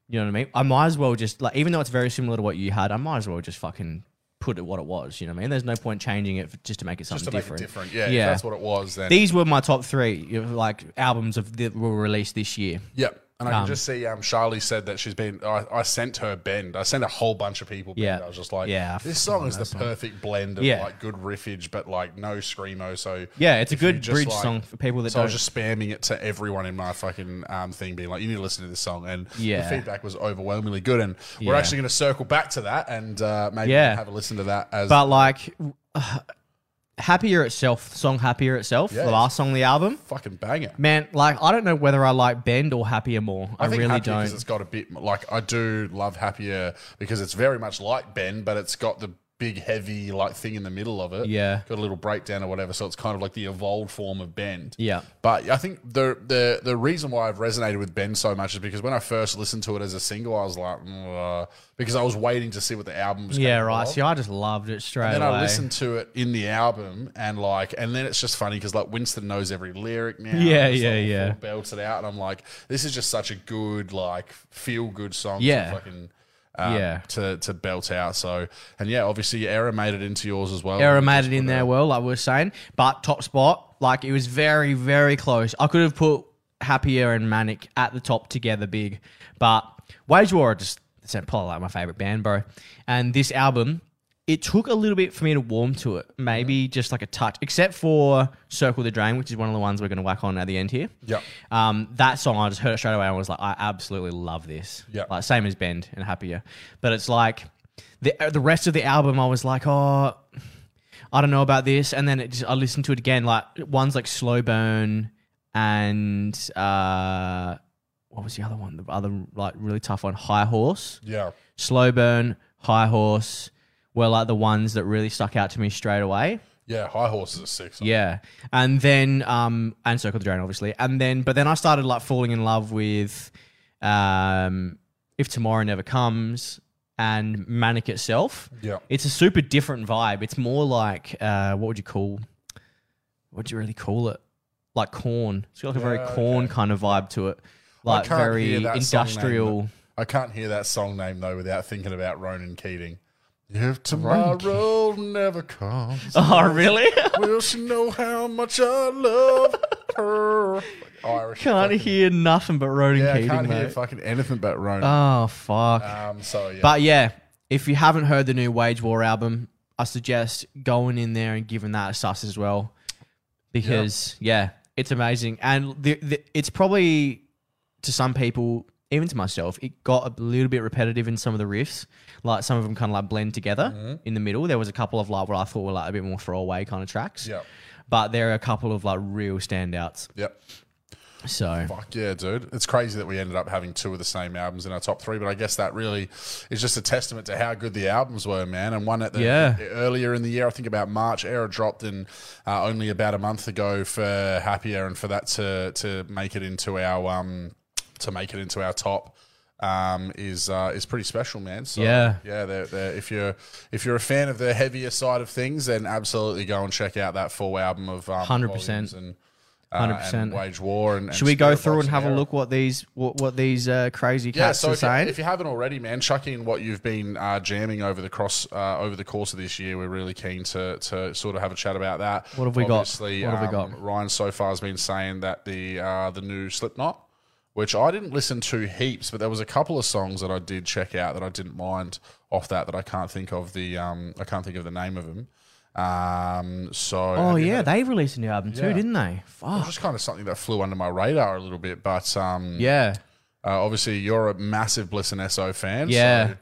Speaker 1: You know what I mean? I might as well just like, even though it's very similar to what you had, I might as well just fucking put it what it was. You know what I mean? There's no point changing it for, just to make it something
Speaker 2: Just to make
Speaker 1: different.
Speaker 2: it different. Yeah,
Speaker 1: Yeah.
Speaker 2: if that's what it was then.
Speaker 1: These were my top three you know, like albums of that were released this year.
Speaker 2: Yep. And I can just see um, Charlie said that she's been. I, I sent her Bend. I sent a whole bunch of people Bend.
Speaker 1: Yeah.
Speaker 2: I was just like,
Speaker 1: Yeah, I
Speaker 2: this song is the perfect blend of
Speaker 1: Yeah.
Speaker 2: like good riffage, but like no screamo. So
Speaker 1: Yeah, it's a
Speaker 2: you
Speaker 1: good
Speaker 2: just,
Speaker 1: bridge
Speaker 2: like-
Speaker 1: song for people that
Speaker 2: So I
Speaker 1: don't.
Speaker 2: was just spamming it to everyone in my fucking um, thing, being like, "You need to listen to this song." And
Speaker 1: Yeah.
Speaker 2: the feedback was overwhelmingly good. And we're
Speaker 1: Yeah.
Speaker 2: actually going to circle back to that and uh, maybe
Speaker 1: Yeah.
Speaker 2: have a listen to that as
Speaker 1: but like, happier itself, song happier itself,
Speaker 2: Yeah.
Speaker 1: the last song on the album.
Speaker 2: fucking banger.
Speaker 1: Man, like I don't know whether I like Bend or Happier more. I,
Speaker 2: think
Speaker 1: really
Speaker 2: Happier 'cause
Speaker 1: don't.
Speaker 2: It's got a bit like I do love Happier because it's very much like Ben, but it's got the big heavy like thing in the middle of it.
Speaker 1: Yeah.
Speaker 2: got a little breakdown or whatever. So it's kind of like the evolved form of Bend.
Speaker 1: Yeah.
Speaker 2: But I think the the the reason why I've resonated with Ben so much is because when I first listened to it as a single, I was like, "Mm, uh," because I was waiting to see what the album was.
Speaker 1: Yeah,
Speaker 2: gonna
Speaker 1: right.
Speaker 2: be
Speaker 1: See, I just loved it straight
Speaker 2: then
Speaker 1: away.
Speaker 2: I listened to it in the album and like, and then it's just funny because like Winston knows every lyric now.
Speaker 1: Yeah,
Speaker 2: It's,
Speaker 1: yeah,
Speaker 2: like,
Speaker 1: yeah.
Speaker 2: full Belts it out, and I'm like, this is just such a good like feel good song.
Speaker 1: Yeah.
Speaker 2: To fucking, um,
Speaker 1: Yeah.
Speaker 2: To to belt out. So and yeah, obviously Era made it into yours as well.
Speaker 1: Error made it in there well, like we were saying. But top spot, like it was very, very close. I could have put Happier and Manic at the top together big, but Wage War are just it's probably like my favorite band, bro. And this album, it took a little bit for me to warm to it, maybe just like a touch, except for Circle the Drain, which is one of the ones we're going to whack on at the end here.
Speaker 2: Yep.
Speaker 1: Um, that song I just heard it straight away and was like, I absolutely love this.
Speaker 2: Yeah.
Speaker 1: Like same as Bend and Happier, but it's like the uh, the rest of the album I was like, oh, I don't know about this, and then it just, I listened to it again. Like ones like Slow Burn and uh, what was the other one? The other like really tough one, High Horse.
Speaker 2: Yeah.
Speaker 1: Slow Burn, High Horse were like the ones that really stuck out to me straight away.
Speaker 2: Yeah. High Horse is a six.
Speaker 1: Yeah, and then um and Circle the Drain obviously, and then but then I started like falling in love with um If Tomorrow Never Comes and Manic itself.
Speaker 2: Yeah.
Speaker 1: It's a super different vibe. It's more like uh what would you call what do you really call it? Like corn. It's got like a very
Speaker 2: Yeah,
Speaker 1: corn kind of vibe to it. Like
Speaker 2: can't
Speaker 1: very
Speaker 2: hear that song name,
Speaker 1: industrial.
Speaker 2: I can't hear that song name though without thinking about Ronan Keating. If tomorrow never comes,
Speaker 1: Oh really?
Speaker 2: will she know how much I love her? Like Irish.
Speaker 1: can't
Speaker 2: fucking-
Speaker 1: hear nothing but Ronan
Speaker 2: Yeah, I
Speaker 1: Keating,
Speaker 2: can't hear
Speaker 1: mate.
Speaker 2: fucking anything but Ronan.
Speaker 1: Oh fuck.
Speaker 2: um, so yeah,
Speaker 1: But yeah, if you haven't heard the new Wage War album, I suggest going in there and giving that a sus as well, because yeah, it's amazing, and the, the, it's probably to some people, even to myself, it got a little bit repetitive in some of the riffs. Like some of them kind of like blend together
Speaker 2: Mm-hmm.
Speaker 1: in the middle. There was a couple of like what I thought were like a bit more throwaway kind of tracks.
Speaker 2: yeah,
Speaker 1: But there are a couple of like real standouts.
Speaker 2: yep.
Speaker 1: So
Speaker 2: Fuck yeah, dude. It's crazy that we ended up having two of the same albums in our top three, but I guess that really is just a testament to how good the albums were, man. And one at the
Speaker 1: Yeah.
Speaker 2: earlier in the year, I think about March, Era dropped in uh, only about a month ago for Happier, and for that to to make it into our um to make it into our top. Um, is uh, is pretty special, man. So
Speaker 1: Yeah.
Speaker 2: yeah. They're, they're, if you're if you're a fan of the heavier side of things, then absolutely go and check out that full album of um,
Speaker 1: 100%.
Speaker 2: Volumes and uh,
Speaker 1: 100%.
Speaker 2: and Wage War. And, and
Speaker 1: should we go
Speaker 2: Spirit
Speaker 1: through
Speaker 2: Box
Speaker 1: and have a
Speaker 2: Era.
Speaker 1: look what these what, what these uh, crazy
Speaker 2: Yeah,
Speaker 1: cats
Speaker 2: so
Speaker 1: are
Speaker 2: if you,
Speaker 1: saying?
Speaker 2: if you haven't already, man, chuck in what you've been uh, jamming over the cross uh, over the course of this year. We're really keen to to sort of have a chat about that.
Speaker 1: What have we got?
Speaker 2: Obviously,
Speaker 1: What have we
Speaker 2: um,
Speaker 1: got?
Speaker 2: Ryan so far has been saying that the uh, the new Slipknot, which I didn't listen to heaps, but there was a couple of songs that I did check out that I didn't mind off that that I can't think of the um, I can't think of the name of them. Um, so
Speaker 1: Oh
Speaker 2: have you
Speaker 1: yeah,
Speaker 2: heard-
Speaker 1: they released a new album too,
Speaker 2: Yeah.
Speaker 1: didn't they?
Speaker 2: it was
Speaker 1: Fuck.
Speaker 2: just kind of something that flew under my radar a little bit, but um,
Speaker 1: Yeah.
Speaker 2: Uh, obviously, you're a massive Bliss and SO fan.
Speaker 1: Yeah.
Speaker 2: So,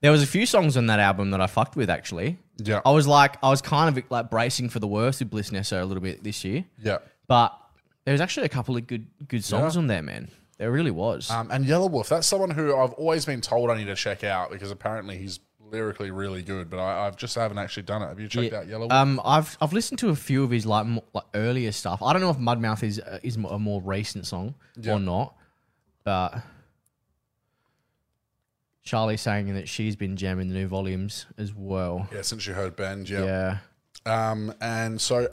Speaker 1: there was a few songs on that album that I fucked with actually.
Speaker 2: yeah.
Speaker 1: I was like I was kind of like bracing for the worst with Bliss Nesso a little bit this year.
Speaker 2: yeah.
Speaker 1: But there was actually a couple of good good songs on there, man. There really was.
Speaker 2: Um, and Yellow Wolf, that's someone who I've always been told I need to check out because apparently he's lyrically really good, but I, I've just haven't actually done it. Have you checked out Yellow Wolf?
Speaker 1: Um, I've I've listened to a few of his like, mo like earlier stuff. I don't know if Mudmouth is uh, is mo- a more recent song or not, but Charlie's saying that she's been jamming the new volumes as well.
Speaker 2: yeah, since you heard Bend,
Speaker 1: Yeah,
Speaker 2: yeah. Um, and so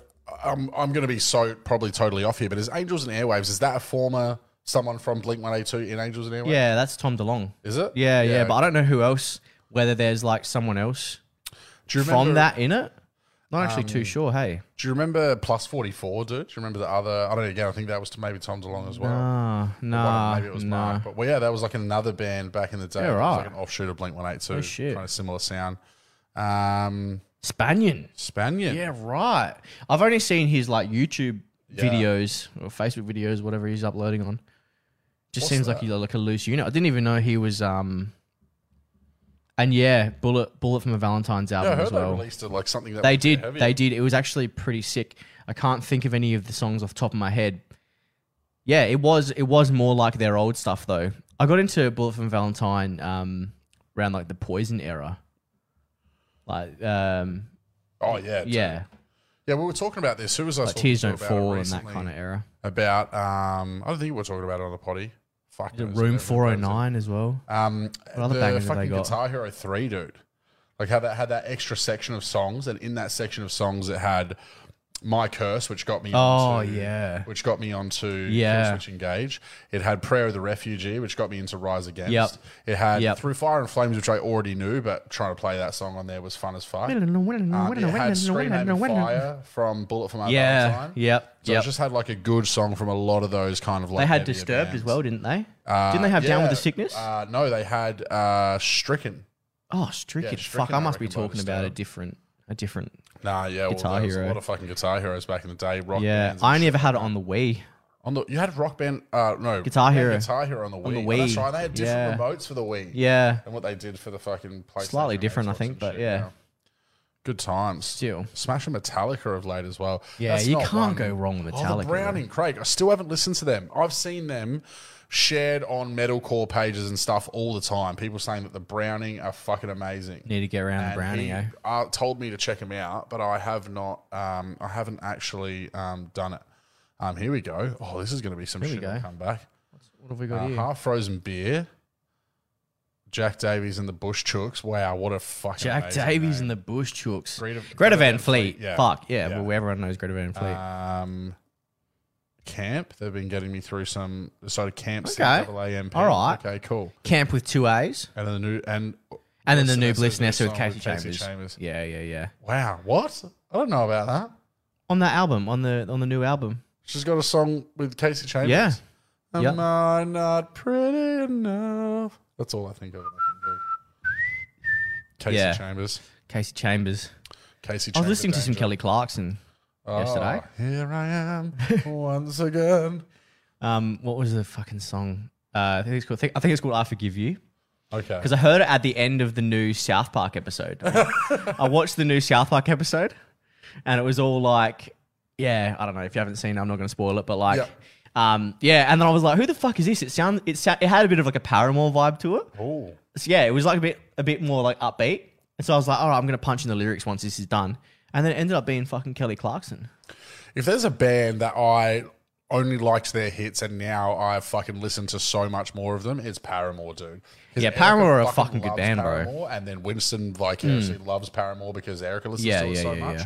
Speaker 2: I'm, I'm going to be so probably totally off here, but is Angels and Airwaves, is that a former someone from Blink 182 in Angels and Airwaves?
Speaker 1: Yeah, that's Tom DeLong.
Speaker 2: Is it?
Speaker 1: Yeah, yeah, but I don't know who else. Whether there's like someone else
Speaker 2: do you remember, Um,
Speaker 1: from that in it, not actually too sure. Hey,
Speaker 2: Do you remember Plus 44, dude? Do you remember the other? I don't know. Again, I think that was to maybe Tom DeLong as well.
Speaker 1: ah, no,
Speaker 2: Well,
Speaker 1: nah,
Speaker 2: maybe it was
Speaker 1: nah.
Speaker 2: Mark. But well, yeah, that was like another band back in the day.
Speaker 1: Yeah,
Speaker 2: It was
Speaker 1: right.
Speaker 2: like an offshoot of Blink 182.
Speaker 1: shit.
Speaker 2: Kind of similar sound. Um,
Speaker 1: Spanian.
Speaker 2: Spaniard.
Speaker 1: Yeah, right. I've only seen his like YouTube videos or Facebook videos, whatever he's uploading on. Just
Speaker 2: What's
Speaker 1: seems like he's like a loose unit. I didn't even know he was. um And yeah, bullet bullet from a Valentine's
Speaker 2: Yeah, I
Speaker 1: album
Speaker 2: heard
Speaker 1: as well.
Speaker 2: they released it, like something that
Speaker 1: They
Speaker 2: was a bit
Speaker 1: did.
Speaker 2: heavier.
Speaker 1: They did. It was actually pretty sick. I can't think of any of the songs off the top of my head. Yeah, it was. It was more like their old stuff though. I got into Bullet from Valentine um, around like the Poison era. Like, um,
Speaker 2: Oh yeah, dude.
Speaker 1: yeah,
Speaker 2: yeah. We were talking about this. Who was I
Speaker 1: like
Speaker 2: talking
Speaker 1: Tears
Speaker 2: to
Speaker 1: Don't
Speaker 2: about
Speaker 1: Fall
Speaker 2: it
Speaker 1: and that
Speaker 2: recently?
Speaker 1: kind of era.
Speaker 2: About um, I don't think we were talking about it on the potty. Fuck,
Speaker 1: The
Speaker 2: knows.
Speaker 1: Room 409 as well.
Speaker 2: Um,
Speaker 1: other
Speaker 2: the
Speaker 1: bangers have they
Speaker 2: fucking
Speaker 1: got?
Speaker 2: Guitar Hero Three, dude. Like how that had that extra section of songs, and in that section of songs, it had my curse, which got me.
Speaker 1: Oh,
Speaker 2: onto,
Speaker 1: yeah.
Speaker 2: which got me onto
Speaker 1: Yeah.
Speaker 2: Switch Engage. It had Prayer of the Refugee, which got me into Rise Against.
Speaker 1: Yep.
Speaker 2: It had
Speaker 1: Yep.
Speaker 2: Through Fire and Flames, which I already knew, but trying to play that song on there was fun as fuck. Um, it had Scream and Fire from Bullet for My
Speaker 1: Yeah,
Speaker 2: Valentine.
Speaker 1: yep,
Speaker 2: So
Speaker 1: yep.
Speaker 2: it just had like a good song from a lot of those kind of like
Speaker 1: They had
Speaker 2: heavier
Speaker 1: Disturbed as
Speaker 2: bands.
Speaker 1: well, didn't they?
Speaker 2: Uh,
Speaker 1: didn't they have Down with the
Speaker 2: yeah,
Speaker 1: Sickness?
Speaker 2: Uh, no, they had uh, Stricken.
Speaker 1: oh, Stricken.
Speaker 2: yeah,
Speaker 1: Fuck,
Speaker 2: Stricken,
Speaker 1: I
Speaker 2: I
Speaker 1: must be
Speaker 2: reckon, by
Speaker 1: talking about a
Speaker 2: Disturbed.
Speaker 1: different, a different.
Speaker 2: Nah, yeah, well,
Speaker 1: Guitar
Speaker 2: there was a
Speaker 1: Hero.
Speaker 2: lot of fucking guitar heroes back in the day. Rock
Speaker 1: Yeah,
Speaker 2: bands and
Speaker 1: I
Speaker 2: shit.
Speaker 1: never had it on the Wii.
Speaker 2: on the you had Rock Band. Uh, no,
Speaker 1: Guitar
Speaker 2: you had
Speaker 1: Hero.
Speaker 2: Guitar Hero on the Wii.
Speaker 1: the
Speaker 2: Oh, that's
Speaker 1: Wii.
Speaker 2: right. They had different
Speaker 1: Yeah.
Speaker 2: remotes for the Wii.
Speaker 1: Yeah,
Speaker 2: And what they did for the fucking PlayStation.
Speaker 1: Slightly
Speaker 2: and
Speaker 1: different, I
Speaker 2: Xbox
Speaker 1: think,
Speaker 2: and
Speaker 1: but
Speaker 2: shit,
Speaker 1: yeah.
Speaker 2: Good times.
Speaker 1: Still.
Speaker 2: Smash and Metallica of late as well.
Speaker 1: yeah.
Speaker 2: That's
Speaker 1: you
Speaker 2: not
Speaker 1: can't
Speaker 2: one-
Speaker 1: go wrong with
Speaker 2: Oh, the
Speaker 1: Metallica.
Speaker 2: Brown and Craig. I still haven't listened to them. I've seen them shared on metalcore pages and stuff all the time. People saying that the Browning are fucking amazing.
Speaker 1: Need to get around the
Speaker 2: And
Speaker 1: Browning.
Speaker 2: he,
Speaker 1: eh?
Speaker 2: uh, told me to check him out, but I have not. Um, I haven't actually um, done it. Um, here we go. Oh, this is going to be some
Speaker 1: we
Speaker 2: shit. that'll
Speaker 1: go.
Speaker 2: Come back.
Speaker 1: What have we got
Speaker 2: Uh,
Speaker 1: here?
Speaker 2: half frozen beer. Jack Davies and the Bush Chooks. Wow, what a fucking
Speaker 1: Jack
Speaker 2: amazing
Speaker 1: Davies
Speaker 2: name.
Speaker 1: and the Bush Chooks.
Speaker 2: Greta,
Speaker 1: Greta Van Fleet.
Speaker 2: yeah.
Speaker 1: Fuck yeah,
Speaker 2: Yeah.
Speaker 1: Well, everyone knows Greta Van Fleet.
Speaker 2: Um, camp. They've been getting me through some. So camp.
Speaker 1: Okay.
Speaker 2: CAAMP.
Speaker 1: All right.
Speaker 2: Okay. Cool.
Speaker 1: Camp with two A's,
Speaker 2: And then the new and
Speaker 1: and then the
Speaker 2: Bliss
Speaker 1: new
Speaker 2: Nessa,
Speaker 1: Bliss Nessa
Speaker 2: new
Speaker 1: with
Speaker 2: song
Speaker 1: Casey
Speaker 2: Casey
Speaker 1: Chambers.
Speaker 2: Chambers.
Speaker 1: Yeah, yeah, yeah.
Speaker 2: wow. What? I don't know about that.
Speaker 1: On that album, on the on the new album.
Speaker 2: She's got a song with Casey Chambers.
Speaker 1: Yeah.
Speaker 2: Am
Speaker 1: Yep.
Speaker 2: I not pretty enough? That's all I think of. Casey
Speaker 1: Yeah.
Speaker 2: Chambers.
Speaker 1: Casey Chambers. I
Speaker 2: Casey.
Speaker 1: was
Speaker 2: Chambers
Speaker 1: listening to some
Speaker 2: Angel.
Speaker 1: Kelly Clarkson. yesterday.
Speaker 2: Oh, here I am once again.
Speaker 1: Um, what was the fucking song? Uh, I think it's called. I think it's called "I Forgive You"
Speaker 2: Okay.
Speaker 1: because I heard it at the end of the new South Park episode. I watched the new South Park episode, and it was all like, yeah, I don't know if you haven't seen, it, I'm not going to spoil it, but like,
Speaker 2: Yep.
Speaker 1: um, yeah. And then I was like, who the fuck is this? It sound it sound, it had a bit of like a Paramore vibe to it.
Speaker 2: Oh.
Speaker 1: So yeah, it was like a bit a bit more like upbeat. And so I was like, all right, I'm going to punch in the lyrics once this is done. And then it ended up being fucking Kelly Clarkson.
Speaker 2: If there's a band that I only liked their hits and now I've fucking listened to so much more of them, it's Paramore, dude. 'Cause
Speaker 1: Yeah, Paramore are a
Speaker 2: Erica
Speaker 1: fucking good
Speaker 2: loves
Speaker 1: band, bro. Hmm.
Speaker 2: Paramore, And then Winston vicariously loves Paramore because Erica listens
Speaker 1: Yeah,
Speaker 2: to it
Speaker 1: yeah,
Speaker 2: so
Speaker 1: yeah,
Speaker 2: much.
Speaker 1: yeah.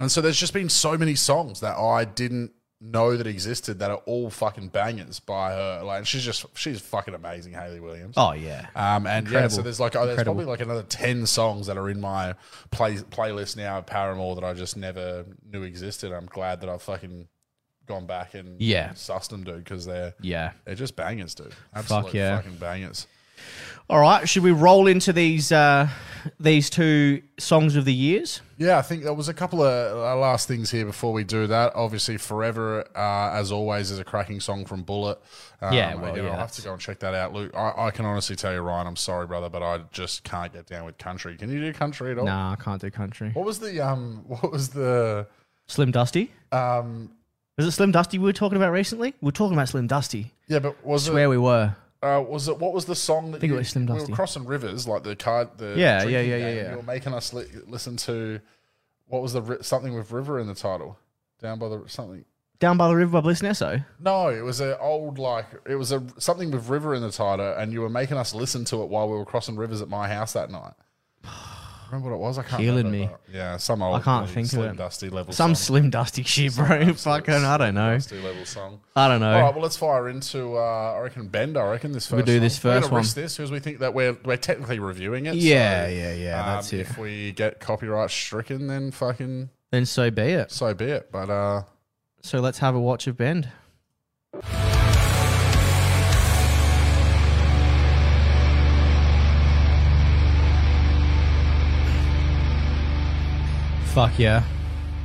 Speaker 2: And so there's just been so many songs that I didn't know that existed that are all fucking bangers by her. Like and she's just she's fucking amazing, Haley Williams.
Speaker 1: Oh yeah,
Speaker 2: Um, and yeah, so
Speaker 1: Incredible.
Speaker 2: there's like oh, there's
Speaker 1: Incredible.
Speaker 2: probably like another ten songs that are in my play playlist now of Paramore that I just never knew existed. I'm glad that I've fucking gone back and
Speaker 1: Yeah.
Speaker 2: sussed them, dude, because they're
Speaker 1: yeah.
Speaker 2: they're just bangers, dude. Absolute
Speaker 1: yeah.
Speaker 2: fucking bangers.
Speaker 1: All right, should we roll into these uh, these two songs of the years?
Speaker 2: Yeah, I think there was a couple of uh, last things here before we do that. Obviously, "Forever," uh, as always, is a cracking song from Bullet. Um,
Speaker 1: Yeah, well,
Speaker 2: again,
Speaker 1: yeah,
Speaker 2: I'll have to go and check that out, Luke. I, I can honestly tell you, Ryan, I'm sorry, brother, but I just can't get down with country. Can you do country at all?
Speaker 1: Nah, I can't do country.
Speaker 2: What was the um? What was the
Speaker 1: Slim Dusty.
Speaker 2: um?
Speaker 1: Was it Slim Dusty we were talking about recently? We were talking about Slim Dusty.
Speaker 2: Yeah, but was it
Speaker 1: Where we were.
Speaker 2: uh, was it what was the song that
Speaker 1: think it
Speaker 2: you-
Speaker 1: was Slim
Speaker 2: we
Speaker 1: Dusty.
Speaker 2: were crossing rivers like the card the
Speaker 1: Yeah,
Speaker 2: drinking
Speaker 1: yeah, yeah, yeah,
Speaker 2: game,
Speaker 1: yeah.
Speaker 2: you were making us li- listen to what was the ri- something with river in the title down by the something
Speaker 1: Down by the river by Bliss Nesso.
Speaker 2: no it was an old like it was a something with river in the title and you were making us listen to it while we were crossing rivers at my house that night remember what it was. I can't
Speaker 1: Killing
Speaker 2: remember,
Speaker 1: me.
Speaker 2: but Yeah, some old.
Speaker 1: I can't
Speaker 2: like,
Speaker 1: think of
Speaker 2: Slim
Speaker 1: it.
Speaker 2: Dusty level.
Speaker 1: Some
Speaker 2: song.
Speaker 1: slim dusty shit, bro. Fucking, I don't know.
Speaker 2: Dusty level song.
Speaker 1: I don't know.
Speaker 2: All right, well, let's fire into. Uh, I reckon Bender. I reckon this first.
Speaker 1: We'll do
Speaker 2: one.
Speaker 1: this
Speaker 2: We're
Speaker 1: first
Speaker 2: gonna risk
Speaker 1: one.
Speaker 2: this because we think that we're we're technically reviewing it.
Speaker 1: Yeah,
Speaker 2: so, um,
Speaker 1: yeah, Um, yeah, that's it.
Speaker 2: If we get copyright stricken, then fucking
Speaker 1: Then so be it.
Speaker 2: so be it. But uh,
Speaker 1: So let's have a watch of Bend. Fuck yeah.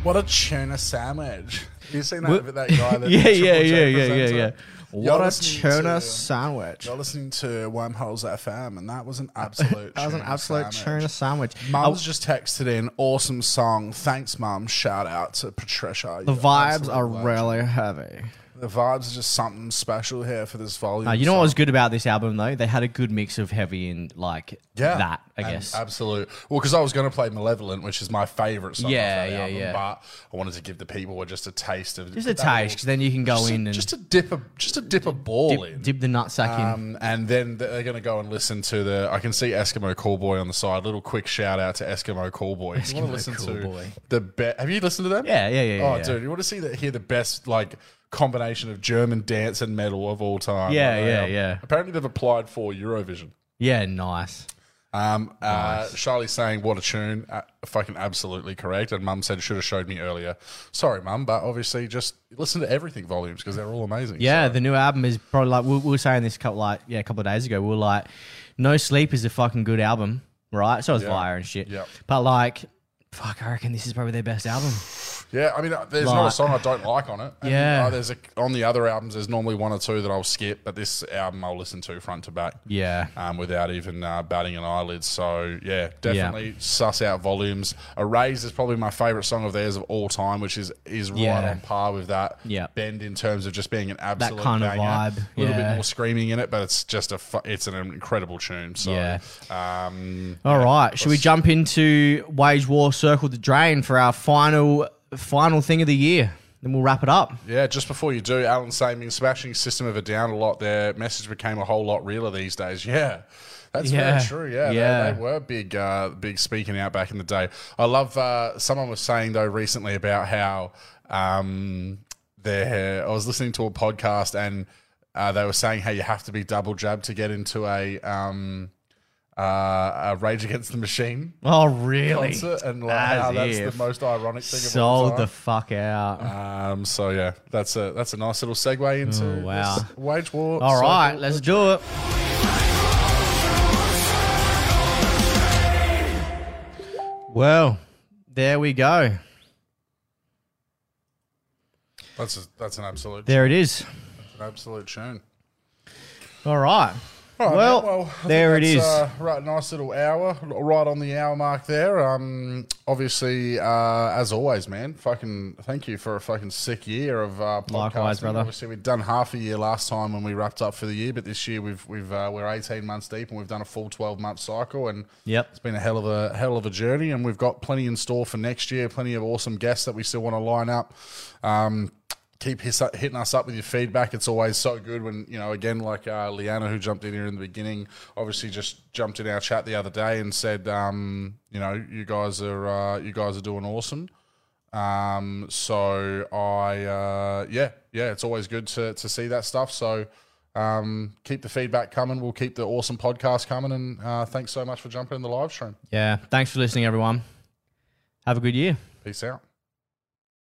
Speaker 2: what a tuna sandwich! You seen that
Speaker 1: Wh-
Speaker 2: that guy? That
Speaker 1: Yeah,
Speaker 2: Triple
Speaker 1: yeah, yeah,
Speaker 2: J
Speaker 1: yeah, yeah,
Speaker 2: presenter?
Speaker 1: yeah.
Speaker 2: Y'all
Speaker 1: What a
Speaker 2: listening
Speaker 1: tuna
Speaker 2: to-
Speaker 1: sandwich.
Speaker 2: You're listening to Wormholes FM, and that was an absolute.
Speaker 1: That was an
Speaker 2: tuna
Speaker 1: absolute
Speaker 2: sandwich.
Speaker 1: tuna Oh. sandwich.
Speaker 2: Mum's just texted in awesome song. Thanks, Mum. Shout out to Patricia.
Speaker 1: Oh, The vibes are really heavy.
Speaker 2: The vibes are just something special here for this volume.
Speaker 1: Uh, you know what was good about this album though? They had a good mix of heavy and like
Speaker 2: Yeah,
Speaker 1: that, I
Speaker 2: And
Speaker 1: guess.
Speaker 2: absolute. Well, because I was going to play Malevolent, which is my favorite song.
Speaker 1: Yeah,
Speaker 2: off that
Speaker 1: yeah,
Speaker 2: album,
Speaker 1: yeah.
Speaker 2: But I wanted to give the people just a taste of
Speaker 1: just a taste, 'cause then you can go
Speaker 2: just,
Speaker 1: in
Speaker 2: a,
Speaker 1: and
Speaker 2: just a dip, a, just a dip a ball in.
Speaker 1: dip, dip the nutsack in.
Speaker 2: Um, and then they're going to go and listen to the. I can see Eskimo Callboy on the side. Little quick shout out to Eskimo Callboy. If you
Speaker 1: Eskimo
Speaker 2: want to listen
Speaker 1: Callboy.
Speaker 2: to the best. Have you listened to them?
Speaker 1: Yeah, yeah, yeah, yeah,
Speaker 2: Oh,
Speaker 1: yeah.
Speaker 2: dude, you want to see that? Hear the best like combination of German dance and metal of all time.
Speaker 1: Yeah,
Speaker 2: Like, they
Speaker 1: yeah,
Speaker 2: are-
Speaker 1: yeah.
Speaker 2: Apparently, they've applied for Eurovision.
Speaker 1: Yeah, nice.
Speaker 2: Um, uh, Charlie's saying, "What a tune!" Uh, fucking absolutely correct. And Mum said, "Should have showed me earlier." Sorry, Mum, but obviously, just listen to everything volumes because they're all amazing.
Speaker 1: Yeah, the new album is probably like we, we were saying this couple like yeah a couple of days ago. We were like, No Sleep is a fucking good album, right? So is Fire and shit.
Speaker 2: Yep.
Speaker 1: But like, fuck, I reckon this is probably their best album.
Speaker 2: Yeah, I mean, uh, there's not a
Speaker 1: Like-
Speaker 2: song I don't like on it. And,
Speaker 1: Yeah.
Speaker 2: uh, there's a, on the other albums, there's normally one or two that I'll skip, but this album I'll listen to front to back.
Speaker 1: Yeah.
Speaker 2: Um, without even uh, batting an eyelid. So, yeah, definitely suss out volumes. Erased is probably my favourite song of theirs of all time, which is, is right
Speaker 1: Yeah.
Speaker 2: on par with that
Speaker 1: Yeah.
Speaker 2: bend in terms of just being an absolute
Speaker 1: kind of
Speaker 2: banger.
Speaker 1: vibe,
Speaker 2: A little
Speaker 1: yeah.
Speaker 2: bit more screaming in it, but it's just a fu- it's an incredible tune. So,
Speaker 1: Yeah.
Speaker 2: um,
Speaker 1: All right, should we jump into Wage War Circle the Drain for our final final thing of the year? Then we'll wrap it up.
Speaker 2: Yeah, just before you do, Alan Saming smashing System of a Down a lot. Their message became a whole lot realer these days. Yeah, that's
Speaker 1: Yeah.
Speaker 2: very true. Yeah, they-
Speaker 1: Yeah.
Speaker 2: They, were big, uh, big speaking out back in the day. I love. Uh, someone was saying though recently about how um, their. I was listening to a podcast and uh, they were saying how you have to be double jabbed to get into a. Um, uh, a Rage Against the Machine
Speaker 1: Oh really?
Speaker 2: concert, and like,
Speaker 1: As
Speaker 2: how that's
Speaker 1: if.
Speaker 2: the most ironic thing. of all
Speaker 1: Sold
Speaker 2: time.
Speaker 1: the fuck out.
Speaker 2: Um, so yeah, that's a that's a nice little segue into
Speaker 1: Oh, wow.
Speaker 2: this wage war.
Speaker 1: All
Speaker 2: cycle.
Speaker 1: right, let's do it. Well, there we go.
Speaker 2: That's a, that's an absolute
Speaker 1: There it is.
Speaker 2: an absolute tune.
Speaker 1: All right.
Speaker 2: All right,
Speaker 1: well,
Speaker 2: mate, I think
Speaker 1: there it is.
Speaker 2: that's, Uh, right, nice little hour, right on the hour mark there. Um, obviously, uh, as always, man, fucking thank you for a fucking sick year of uh, podcasting.
Speaker 1: Likewise, brother.
Speaker 2: Obviously, we'd done half a year last time when we wrapped up for the year, but this year we've we've uh, we're eighteen months deep and we've done a full twelve month cycle and.
Speaker 1: yep.
Speaker 2: It's been a hell of a hell of a journey, and we've got plenty in store for next year. Plenty of awesome guests that we still want to line up. Um, keep his, hitting us up with your feedback. It's always so good when you know. Again, like uh, Leanna, who jumped in here in the beginning, obviously just jumped in our chat the other day and said, um, you know, you guys are uh, you guys are doing awesome. Um, so I, uh, yeah, yeah, it's always good to, to see that stuff. So, um, keep the feedback coming. We'll keep the awesome podcast coming. And, uh, thanks so much for jumping in the live stream.
Speaker 1: Yeah. Thanks for listening, everyone. Have a good year.
Speaker 2: Peace out.